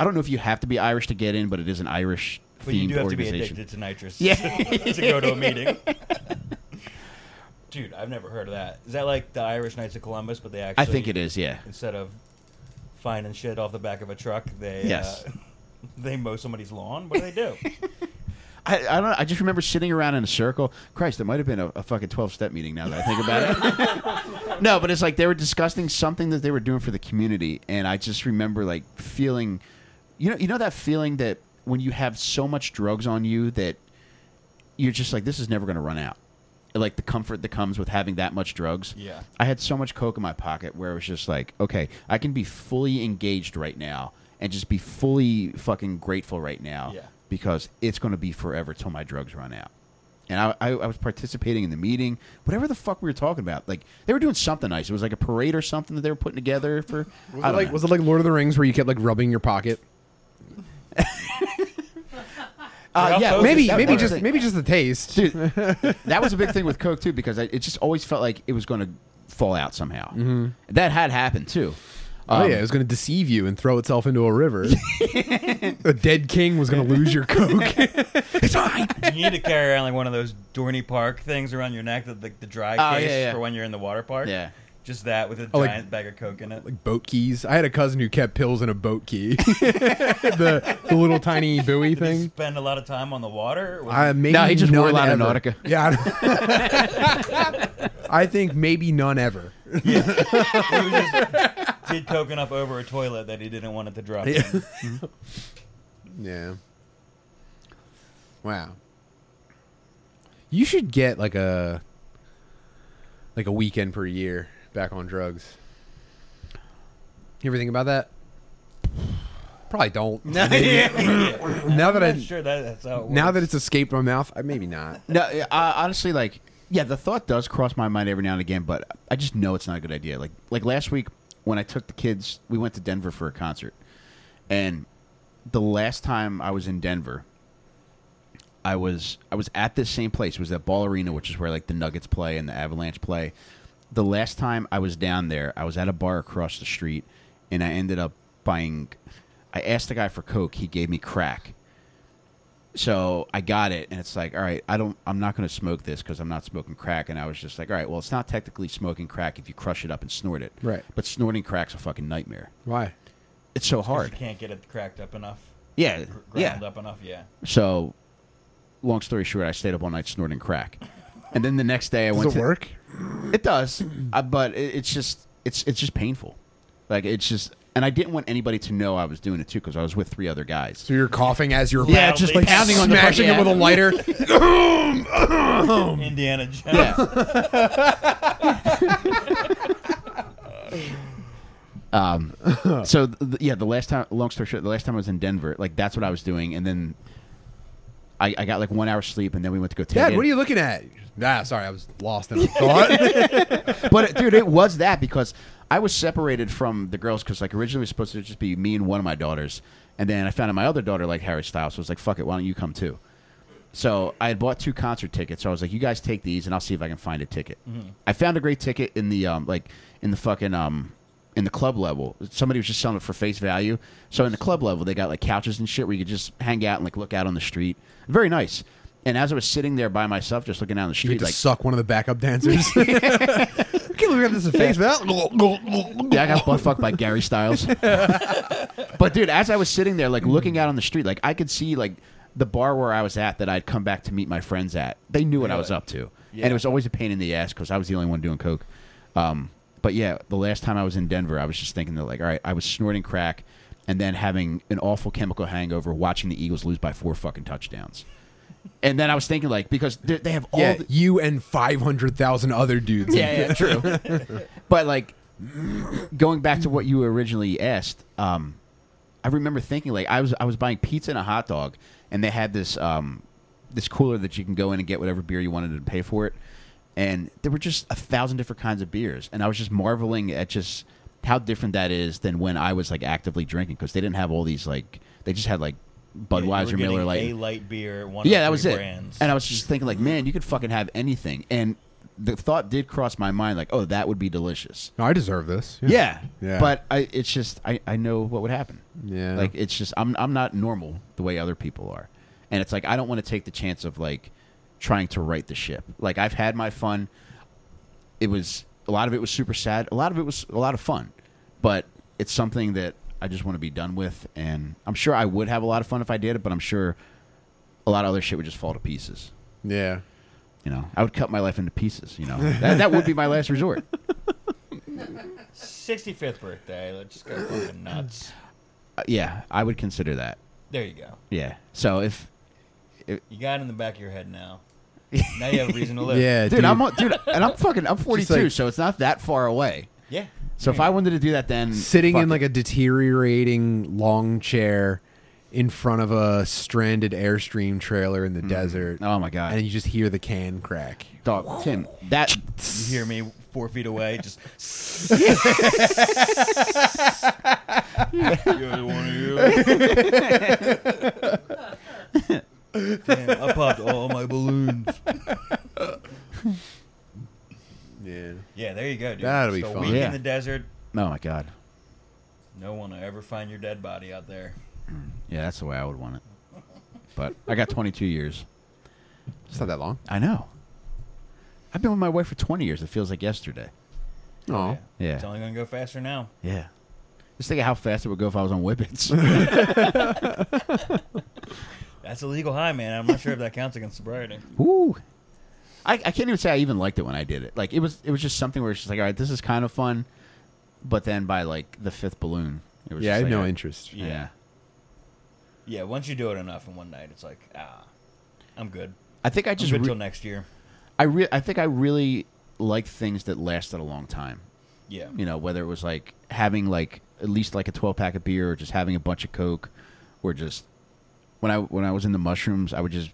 I don't know if you have to be Irish to get in, but it is an Irish
but
themed
you do have to be
organization.
addicted to nitrous
Yeah.
to go to a meeting. Dude, I've never heard of that. Is that like the Irish Knights of Columbus, but they actually
I think it is, yeah.
instead of finding shit off the back of a truck, they
Yes.
uh, they mow somebody's lawn. What do they do?
I, I don't. I just remember sitting around in a circle. Christ, it might have been a, a fucking twelve step meeting. Now that I think about it, no, but it's like they were discussing something that they were doing for the community, and I just remember like feeling, you know, you know that feeling that when you have so much drugs on you that you're just like this is never going to run out. Like the comfort that comes with having that much drugs.
Yeah.
I had so much coke in my pocket where it was just like, okay, I can be fully engaged right now and just be fully fucking grateful right now
Yeah.
because it's going to be forever till my drugs run out. And I, I, I was participating in the meeting, whatever the fuck we were talking about. Like they were doing something nice. It was like a parade or something that they were putting together for.
Was
I
it
don't
like
know.
was it like Lord of the Rings where you kept like rubbing your pocket?
uh,
Ralph
yeah,
Bogus?
Maybe
that
maybe
was a
just
thing.
maybe just the taste.
Dude, that was a big thing with coke too because I, it just always felt like it was going to fall out somehow. Mm-hmm. That had happened too.
Oh
Um,
yeah, it was going to deceive you and throw itself into a river. a dead king was going to lose your coke. it's fine.
You need to carry around like one of those Dorney Park things around your neck, the, the, the dry
Oh,
case
yeah, yeah.
for when you're in the water park.
Yeah.
Just that with a
Oh, like-
giant bag of coke in it.
Like boat keys. I had a cousin who kept pills in a boat key. the, the little tiny buoy
Did you
thing.
spend a lot of time on the water? Or-
I maybe
No, he just wore a
none
lot of Nautica.
ever. Yeah. I don't- I think maybe none ever.
he was just did coke enough over a toilet that he didn't want it to drop.
Yeah.
in.
Yeah. Wow. You should get like a like a weekend per year back on drugs. You ever think about that? Probably don't. now that
I'm
I
not sure that, that's how it works.
now that it's escaped my mouth, I, maybe not.
No, I, honestly, like, yeah, the thought does cross my mind every now and again, but I just know it's not a good idea. Like, like last week when I took the kids, we went to Denver for a concert, and the last time I was in Denver, I was I was at this same place. It was at Ball Arena, which is where like the Nuggets play and the Avalanche play. The last time I was down there, I was at a bar across the street, and I ended up buying. I asked the guy for Coke. He gave me crack. So I got it, and it's like, all right, I don't, I'm not going to smoke this because I'm not smoking crack. And I was just like, all right, well, it's not technically smoking crack if you crush it up and snort it,
Right.
But snorting crack's a fucking nightmare.
Why?
It's so
'Cause
hard.
You can't get it cracked up enough.
Yeah,
gr-
yeah.
Ground up enough, yeah.
So, long story short, I stayed up all night snorting crack, and then the next day I went.
Does it
to,
work?
It does, I, but it, it's just it's it's just painful. Like it's just, and I didn't want anybody to know I was doing it too because I was with three other guys.
So you're coughing as you're
Yeah,
loudly
just like pounding on the
smashing
fucking-
it with a lighter.
Indiana Jones.
Yeah. um. So th- th- yeah, the last time, long story short, the last time I was in Denver, like that's what I was doing, and then I, I got like one hour sleep, and then we went to go.
Dad,
tailgate.
what are you looking at? Nah, sorry, I was lost in a thought.
but dude, it was that because I was separated from the girls because like originally it was supposed to just be me and one of my daughters, and then I found out my other daughter liked Harry Styles, so I was like, "Fuck it, why don't you come too?" So I had bought two concert tickets, so I was like, "You guys take these, and I'll see if I can find a ticket." I found a great ticket in the um like in the fucking um in the club level. Somebody was just selling it for face value. So in the club level, they got like couches and shit where you could just hang out and like look out on the street. Very nice. And as I was sitting there by myself, just looking down the
you
street,
to
like
suck one of the backup dancers. you can't look at this in face value.
Yeah, I got butt fucked by Gary Styles. but dude, as I was sitting there, like looking out on the street, like I could see like the bar where I was at that I'd come back to meet my friends at. They knew what I was
Really?
up to,
Yeah.
and it was always a pain in the ass because I was the only one doing coke. Um, but yeah, the last time I was in Denver, I was just thinking that like, all right, I was snorting crack and then having an awful chemical hangover, watching the Eagles lose by four fucking touchdowns. And then I was thinking like because they they have all
Yeah,
the,
you and five hundred thousand other dudes.
yeah, yeah, true. but like going back to what you originally asked, um, I remember thinking like I was I was buying pizza and a hot dog, and they had this um, this cooler that you can go in and get whatever beer you wanted to pay for it, and there were just a thousand different kinds of beers, and I was just marveling at just how different that is than when I was like actively drinking because they didn't have all these like they just had like Budweiser,
you were
Miller
getting
Lite,
a light beer. One
yeah,
of
that
three
was
brands.
it. And I was just thinking, like, man, you could fucking have anything. And the thought did cross my mind, like, oh, that would be delicious.
No, I deserve this.
Yeah,
Yeah.
But I, it's just, I, I know what would happen.
Yeah.
Like, it's just, I'm, I'm not normal the way other people are, and it's like I don't want to take the chance of like trying to right the ship. Like, I've had my fun. It was a lot of it was super sad. A lot of it was a lot of fun, but it's something that I just want to be done with. And I'm sure I would have a lot of fun if I did it, but I'm sure a lot of other shit would just fall to pieces.
Yeah.
You know, I would cut my life into pieces. You know, that, that would be my last resort.
65th birthday. Let's just go fucking nuts.
Uh, yeah, I would consider that.
There you go.
Yeah. So if,
You got it in the back of your head now. Now you have a reason to live.
Yeah,
dude, I'm on- dude, and I'm fucking, I'm 42,
like-
so it's not that far away.
Yeah.
So if I wanted to do that, then
sitting
fuck
in
it.
like a deteriorating long chair in front of a stranded airstream trailer in the desert
oh my god,
and you just hear the can crack
dog, Tim, that
You hear me four feet away, just. you one of you. Damn, I popped all my balloons.
yeah
Yeah, there you go, dude.
That'll be
Just a
fun.
Week
Yeah.
in the desert.
oh my god,
No one will ever find your dead body out there.
yeah, that's the way I would want it. But I got 22 years.
it's not that long
I know. I've been with my wife for 20 years. It feels like yesterday.
oh
Yeah.
It's only gonna go faster now.
Yeah. Just think of how fast it would go if I was on whippets.
That's a legal high, man. I'm not sure if that counts against sobriety.
Woo. I, I can't even say I even liked it when I did it. Like it was it was just something where it's just like, all right, this is kind of fun, but then by like the fifth balloon, it was
yeah i
just
have
like,
no
I-
interest
Yeah.
Yeah, once you do it enough in one night, it's like, ah, I'm good.
I think I
I'm
just
good
re-
till next year.
I re- I think I really liked things that lasted a long time.
Yeah.
You know, whether it was like having like at least like a twelve pack of beer or just having a bunch of coke or just when I when I was in the mushrooms, I would just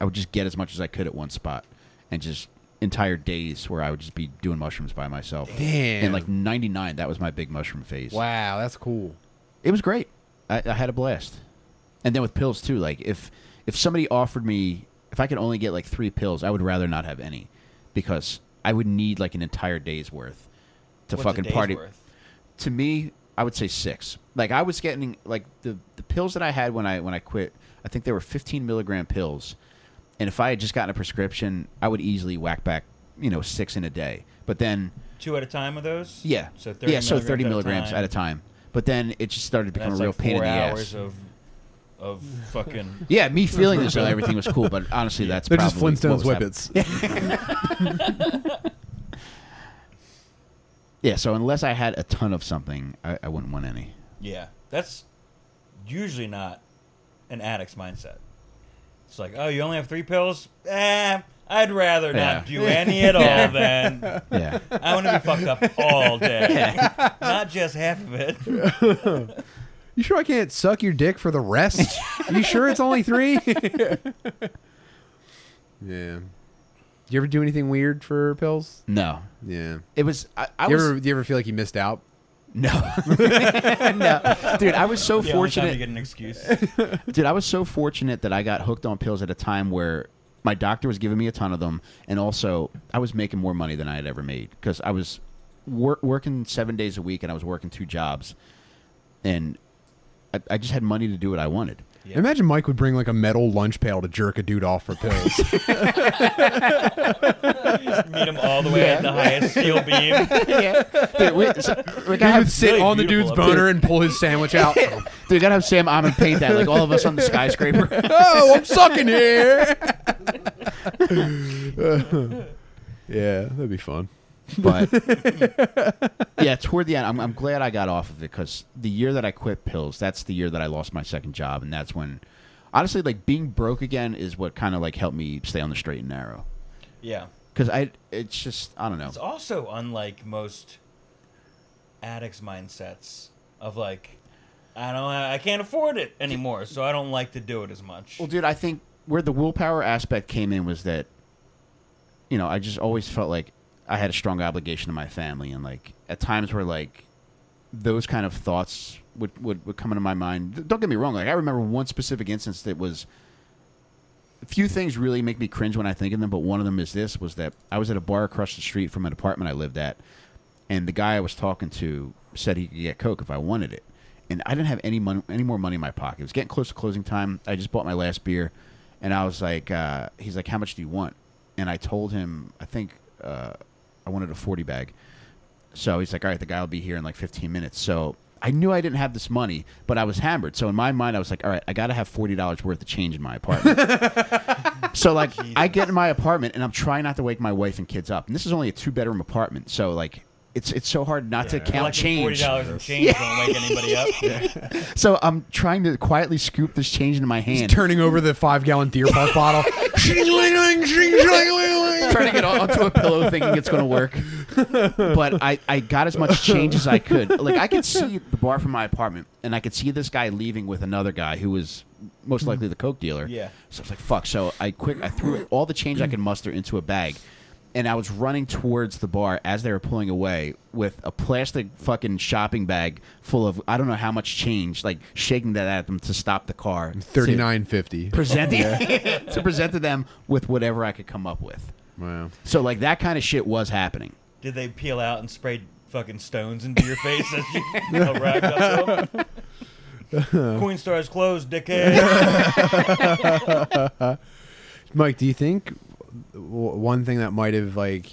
I would just get as much as I could at one spot and just entire days where I would just be doing mushrooms by myself.
Damn.
And like 99, that was my big mushroom phase.
wow that's cool
It was great. I, I had a blast. And then with pills too, like if if somebody offered me if I could only get like 3 pills, I would rather not have any because I would need like an entire day's worth to
What's a
fucking
day's
party
worth?
to me, I would say six. Like I was getting like the the pills that I had when I when I quit. I think they were 15 milligram pills, and if I had just gotten a prescription, I would easily whack back you know six in a day. But then
Two at a time of those.
yeah,
So 30
yeah, so 30 milligrams at a
time.
time. But then it just started to become
That's
a real
like
pain in
four
the
hours
ass.
of of fucking.
yeah, me feeling as though everything was cool, but honestly, that's
they're just
probably what
flintstones
was happening.
whippets
Yeah, so unless I had a ton of something, I, I wouldn't want any.
Yeah, that's usually not an addict's mindset. It's like, oh, you only have three pills. Eh, I'd rather not
Yeah.
do any at all.
Yeah.
Then
Yeah.
I want to be fucked up all day, not just half of it.
You sure I can't suck your dick for the rest? you sure it's only three? yeah. You ever do anything weird for pills?
No,
Yeah.
it was. I, I
you
was
ever do you ever feel like you missed out?
no, no, dude. I was so
The only time you
fortunate.
get an excuse.
Dude, I was so fortunate that I got hooked on pills at a time where my doctor was giving me a ton of them, and also I was making more money than I had ever made because I was wor- working seven days a week and I was working two jobs, and I, I just had money to do what I wanted.
Yeah.
Imagine Mike would bring like a metal lunch pail to jerk a dude off for pills.
Meet him all the way at the highest steel beam.
yeah, dude, we, so, like I
he would
have,
sit
really
on the dude's
beautiful up
boner and pull his sandwich out.
dude, gotta have Sam Amon paint that like all of us on the skyscraper.
oh, I'm sucking here. yeah, that'd be fun.
but yeah, toward the end, I'm, I'm glad I got off of it because the year that I quit pills, that's the year that I lost my second job, and that's when, honestly, like being broke again is what kind of like helped me stay on the straight and narrow.
Yeah.
Because I, it's just I don't know.
It's also unlike most addicts' mindsets of like, I don't, I can't afford it anymore, so I don't like to do it as much.
Well, dude, I think where the willpower aspect came in was that, you know, I just always felt like I had a strong obligation to my family, and like at times where like those kind of thoughts would would, would come into my mind. Th- Don't get me wrong; like I remember one specific instance that was. A few things really make me cringe when I think of them, but one of them is this: was that I was at a bar across the street from an apartment I lived at, and the guy I was talking to said he could get Coke if I wanted it. And I didn't have any mon- any more money in my pocket. It was getting close to closing time. I just bought my last beer, and I was like, uh, he's like, how much do you want? And I told him, I think uh, I wanted a forty bag. So he's like, all right, the guy will be here in like fifteen minutes. So I knew I didn't have this money, but I was hammered. So in my mind, I was like, all right, I got to have forty dollars worth of change in my apartment. So like I get in my apartment and I'm trying not to wake my wife and kids up. And this is only a two bedroom apartment, so like it's it's so hard not to count
Collecting
change.
Forty dollars in change don't wake anybody up.
So I'm trying to quietly scoop this change into my hand.
Turning over the five gallon deer park bottle. Shing-ling-ling, shing-ling-ling.
turning it onto a pillow thinking it's going to work. But I, I got as much change as I could. Like, I could see the bar from my apartment, and I could see this guy leaving with another guy who was most likely the Coke dealer.
Yeah.
So I was like, fuck. So I quick, I threw all the change I could muster into a bag. And I was running towards the bar as they were pulling away with a plastic fucking shopping bag full of I don't know how much change, like shaking that at them to stop the car.
Thirty nine fifty.
Presenting to present to them with whatever I could come up with.
Wow.
So like that kind of shit was happening.
Did they peel out and spray fucking stones into your face as you you know, racked up? to them? Queen Star's closed, dickhead.
Mike, do you think w- one thing that might have like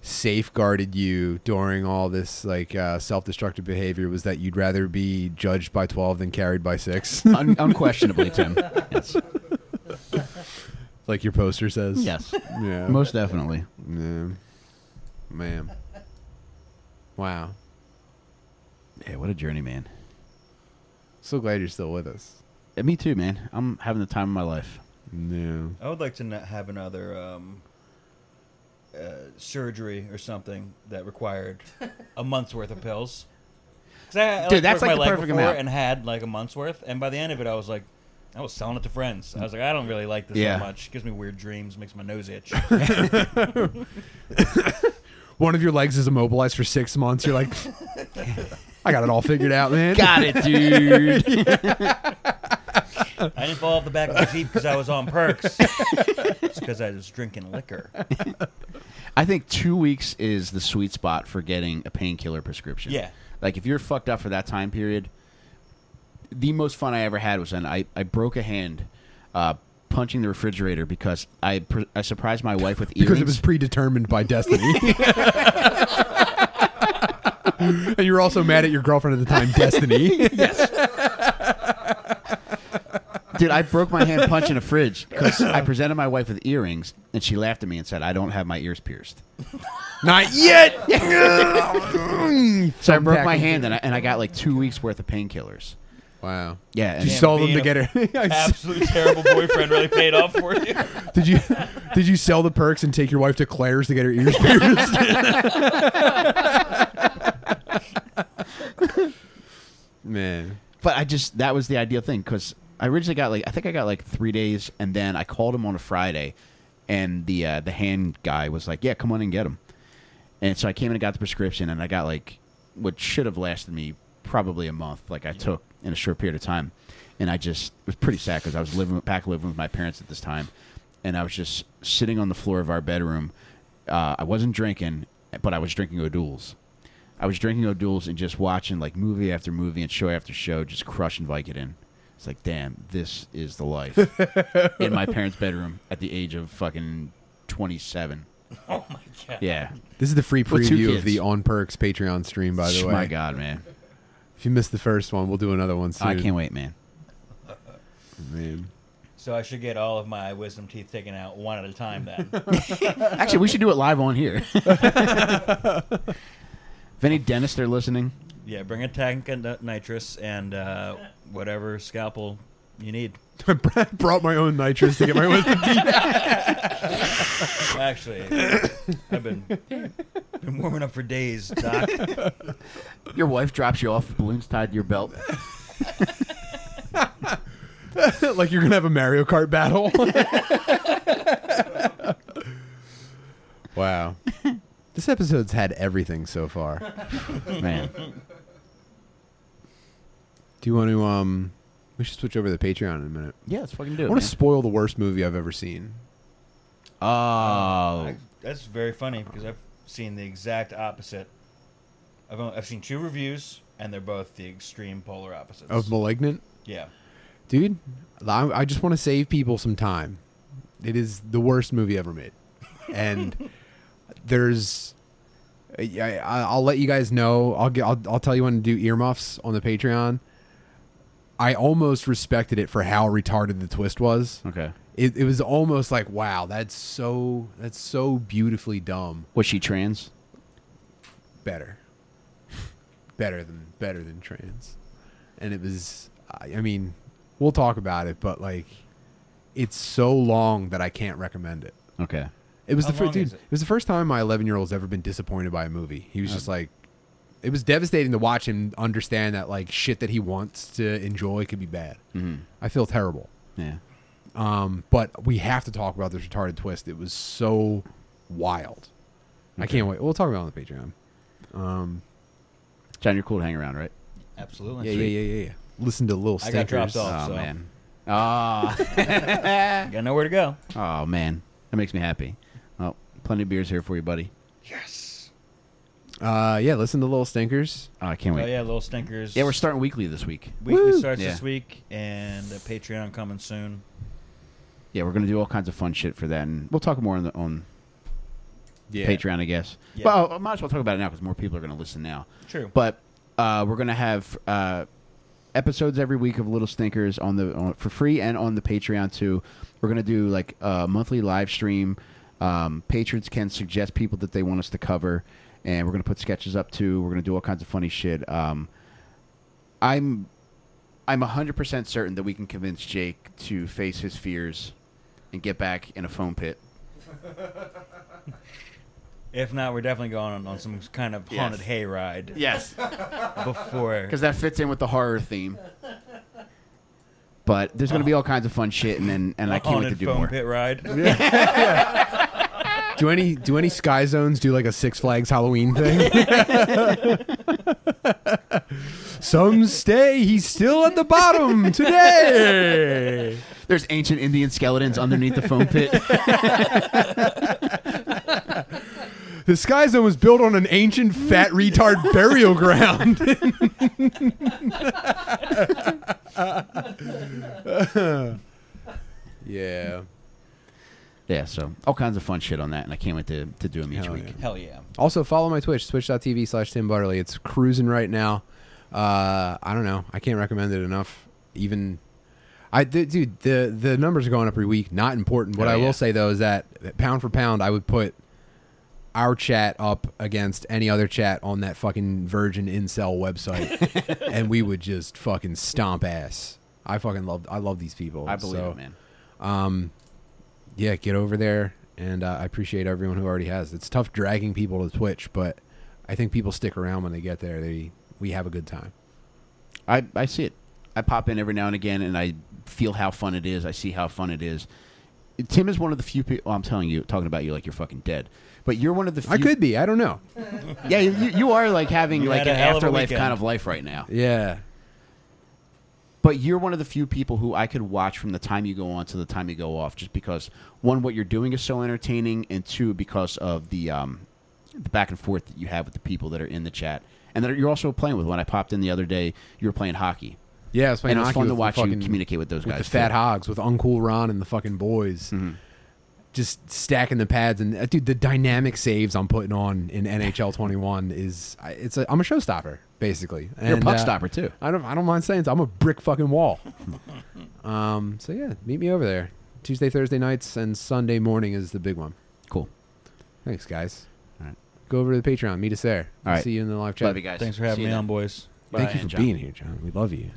safeguarded you during all this like uh, self-destructive behavior was that you'd rather be judged by 12 than carried by 6
Un- unquestionably, Tim. Yes.
like your poster says
Yes.
yeah
Most definitely.
yeah. man wow
Yeah, what a journey, man.
so glad you're still with us
Yeah, me too, man. I'm having the time of my life.
no
I would like to not have another um, uh, surgery or something that required a month's worth of pills. 'Cause I, I,
Dude, that's
broke
like
my
the
leg
perfect
before
amount.
And had like a month's worth, and by the end of it, I was like, I was selling it to friends. I was like, I don't really like this
Yeah.
that much. gives me weird dreams, makes my nose itch.
one of your legs is immobilized for six months you're like i got it all figured out man
Got it, dude.
I didn't fall off the back of the jeep because I was on perks. it's because I was drinking liquor.
I think two weeks is the sweet spot for getting a painkiller prescription.
Yeah.
Like if you're fucked up for that time period, the most fun I ever had was when I, I broke a hand uh, punching the refrigerator because I pr- I surprised my wife with earrings.
because it was predetermined by destiny. and you were also mad at your girlfriend at the time, Destiny.
Dude, I broke my hand punching a fridge because I presented my wife with earrings, and she laughed at me and said, "I don't have my ears pierced."
Not yet.
So I broke my hand, and I, and I got like two weeks worth of painkillers.
Wow.
Yeah, and
Did you
Damn,
sell them to
being
get
a-
her? I s-
Absolute terrible boyfriend really paid off for you.
did you did you sell the perks and take your wife to Claire's to get her ears pierced? Man.
but I just that was the ideal thing because I originally got like I think I got like three days, and then I called him on a Friday, and the uh, the hand guy was like, "Yeah, come on and get him." And so I came in and got the prescription, and I got like what should have lasted me probably a month. Like I took in a short period of time, and I just it was pretty sad because I was living back living with my parents at this time, and I was just sitting on the floor of our bedroom. Uh, I wasn't drinking, but I was drinking O'Doul's. I was drinking O'Doul's and just watching like movie after movie and show after show, just crushing Vicodin. It's like, damn, this is the life in my parents' bedroom at the age of fucking twenty-seven.
Oh my god.
Yeah,
This is the free
With two
preview
kids.
of the On Perks Patreon stream, by the way.
my god, man,
If you missed the first one, we'll do another one soon.
I can't wait, man.
Man.
So I should get all of my wisdom teeth taken out one at a time then.
Actually, we should do it live on here. if any dentists are listening,
yeah, bring a tank of nit- nitrous and uh, whatever scalpel you need.
I brought my own nitrous to get my wisdom teeth.
Actually, I've been been warming up for days, Doc.
your wife drops you off with balloons tied to your belt.
like you're gonna have a Mario Kart battle. wow. This episode's had everything so far.
Man,
Do you want to um we should switch over to the Patreon in a minute.
yeah, let's fucking do
I
it.
want
Man.
to spoil the worst movie I've ever seen.
oh,
That's very funny because I've seen the exact opposite. I've only, I've seen two reviews and they're both the extreme polar opposites.
Of Malignant?
yeah,
Dude, I I just want to save people some time. It is the worst movie ever made. And there's I, I, I'll let you guys know. I'll, get, I'll I'll tell you when to do earmuffs on the Patreon. I almost respected it for how retarded the twist was.
okay.
It, it was almost like, wow, that's so that's so beautifully dumb.
Was she trans?
Better, better than better than trans, and it was. I I mean, we'll talk about it, but like, it's so long that I can't recommend it.
Okay.
It was
How
the first
long
dude.
is
It?
it? Uh-huh.
was the first time my 11 year old's ever been disappointed by a movie. He was just like, it was devastating to watch him understand that like shit that he wants to enjoy could be bad. Mm-hmm. I feel terrible.
Yeah.
Um, but we have to talk about this retarded twist. It was so wild. I can't wait. We'll talk about it on the Patreon.
John, you're cool to hang around, right?
absolutely.
Yeah, yeah, yeah, yeah, yeah. Listen to Lil
I
Stinkers.
got dropped
Oh
off. so
man. Ah.
Got nowhere to go.
oh man. That makes me happy. Oh, plenty of beers here for you, buddy.
Yes.
Uh, yeah, listen to Lil Stinkers.
Oh, I can't wait.
Oh yeah, little stinkers.
Yeah, we're starting weekly this week.
Weekly
Woo!
starts this
Yeah.
week, and the Patreon coming soon.
Yeah, we're gonna do all kinds of fun shit for that, and we'll talk more on the on
Yeah.
Patreon, I guess.
Yeah.
Well, I might as well talk about it now because more people are gonna listen now.
True.
But uh, we're gonna have uh, episodes every week of Little Stinkers on the on, for free and on the Patreon too. We're gonna do like a monthly live stream. Um, patrons can suggest people that they want us to cover, and we're gonna put sketches up too. We're gonna do all kinds of funny shit. Um, I'm I'm hundred percent certain that we can convince Jake to face his fears and get back in a foam pit.
if not, we're definitely going on, on some kind of haunted
Yes.
hayride
Yes,
before.
because that fits in with the horror theme. But there's gonna be all kinds of fun shit, and and, and I
a
can't wait to do
haunted foam
more.
pit ride.
Do any do any Sky Zones do like a Six Flags Halloween thing? Some stay. He's still at the bottom today.
There's ancient Indian skeletons underneath the foam pit.
The Sky Zone was built on an ancient fat retard burial ground. yeah.
yeah, so all kinds of fun shit on that, and I can't wait to, to do them each
Hell
week.
Hell yeah.
Also, follow my Twitch, twitch.tv slash Tim Butterly. It's cruising right now. Uh, I don't know. I can't recommend it enough. Even, I d- dude, the the numbers are going up every week. Not important. What
Oh,
I
yeah.
will say though is that pound for pound, I would put our chat up against any other chat on that fucking Virgin Incel website, and we would just fucking stomp ass. I fucking love. I love these people.
I believe
so,
it, man.
yeah, get over there. And uh, I appreciate everyone who already has. It's tough dragging people to Twitch, but I think people stick around when they get there. They we have a good time.
I, I see it. I pop in every now and again, and I feel how fun it is. I see how fun it is. Tim is one of the few people. I'm telling you, talking about you like you're fucking dead. But you're one of the. few
I could be. I don't know.
Yeah, you, you are like having
You
like
had
an
a hell of a
afterlife
weekend.
kind of life right now.
Yeah.
But you're one of the few people who I could watch from the time you go on to the time you go off, just because one, what you're doing is so entertaining, and two, because of the um, the back and forth that you have with the people that are in the chat, and that you're also playing with. When I popped in the other day, you were playing hockey,
Yeah, I was
and it
playing
was
hockey
fun to
with the
watch you
fucking-
communicate with those
with
guys.
the Fat
too. Mm-hmm.
Hogs, with Uncool Ron and the fucking boys, just stacking the pads and uh, dude, the dynamic saves I'm putting on in NHL 21 is I- it's a, I'm a showstopper basically. And,
You're a puck
uh,
stopper too.
I don't I don't mind saying so. I'm a brick fucking wall. um, so yeah, meet me over there Tuesday, Thursday nights, and Sunday morning is the big one.
Cool.
Thanks, guys.
All right.
Go over to the Patreon. Meet us there.
All right.
See you in the live chat.
Love you guys.
Thanks for having
See you
me
then.
on, boys.
Bye,
Thank you for
John.
being here, John. We love you.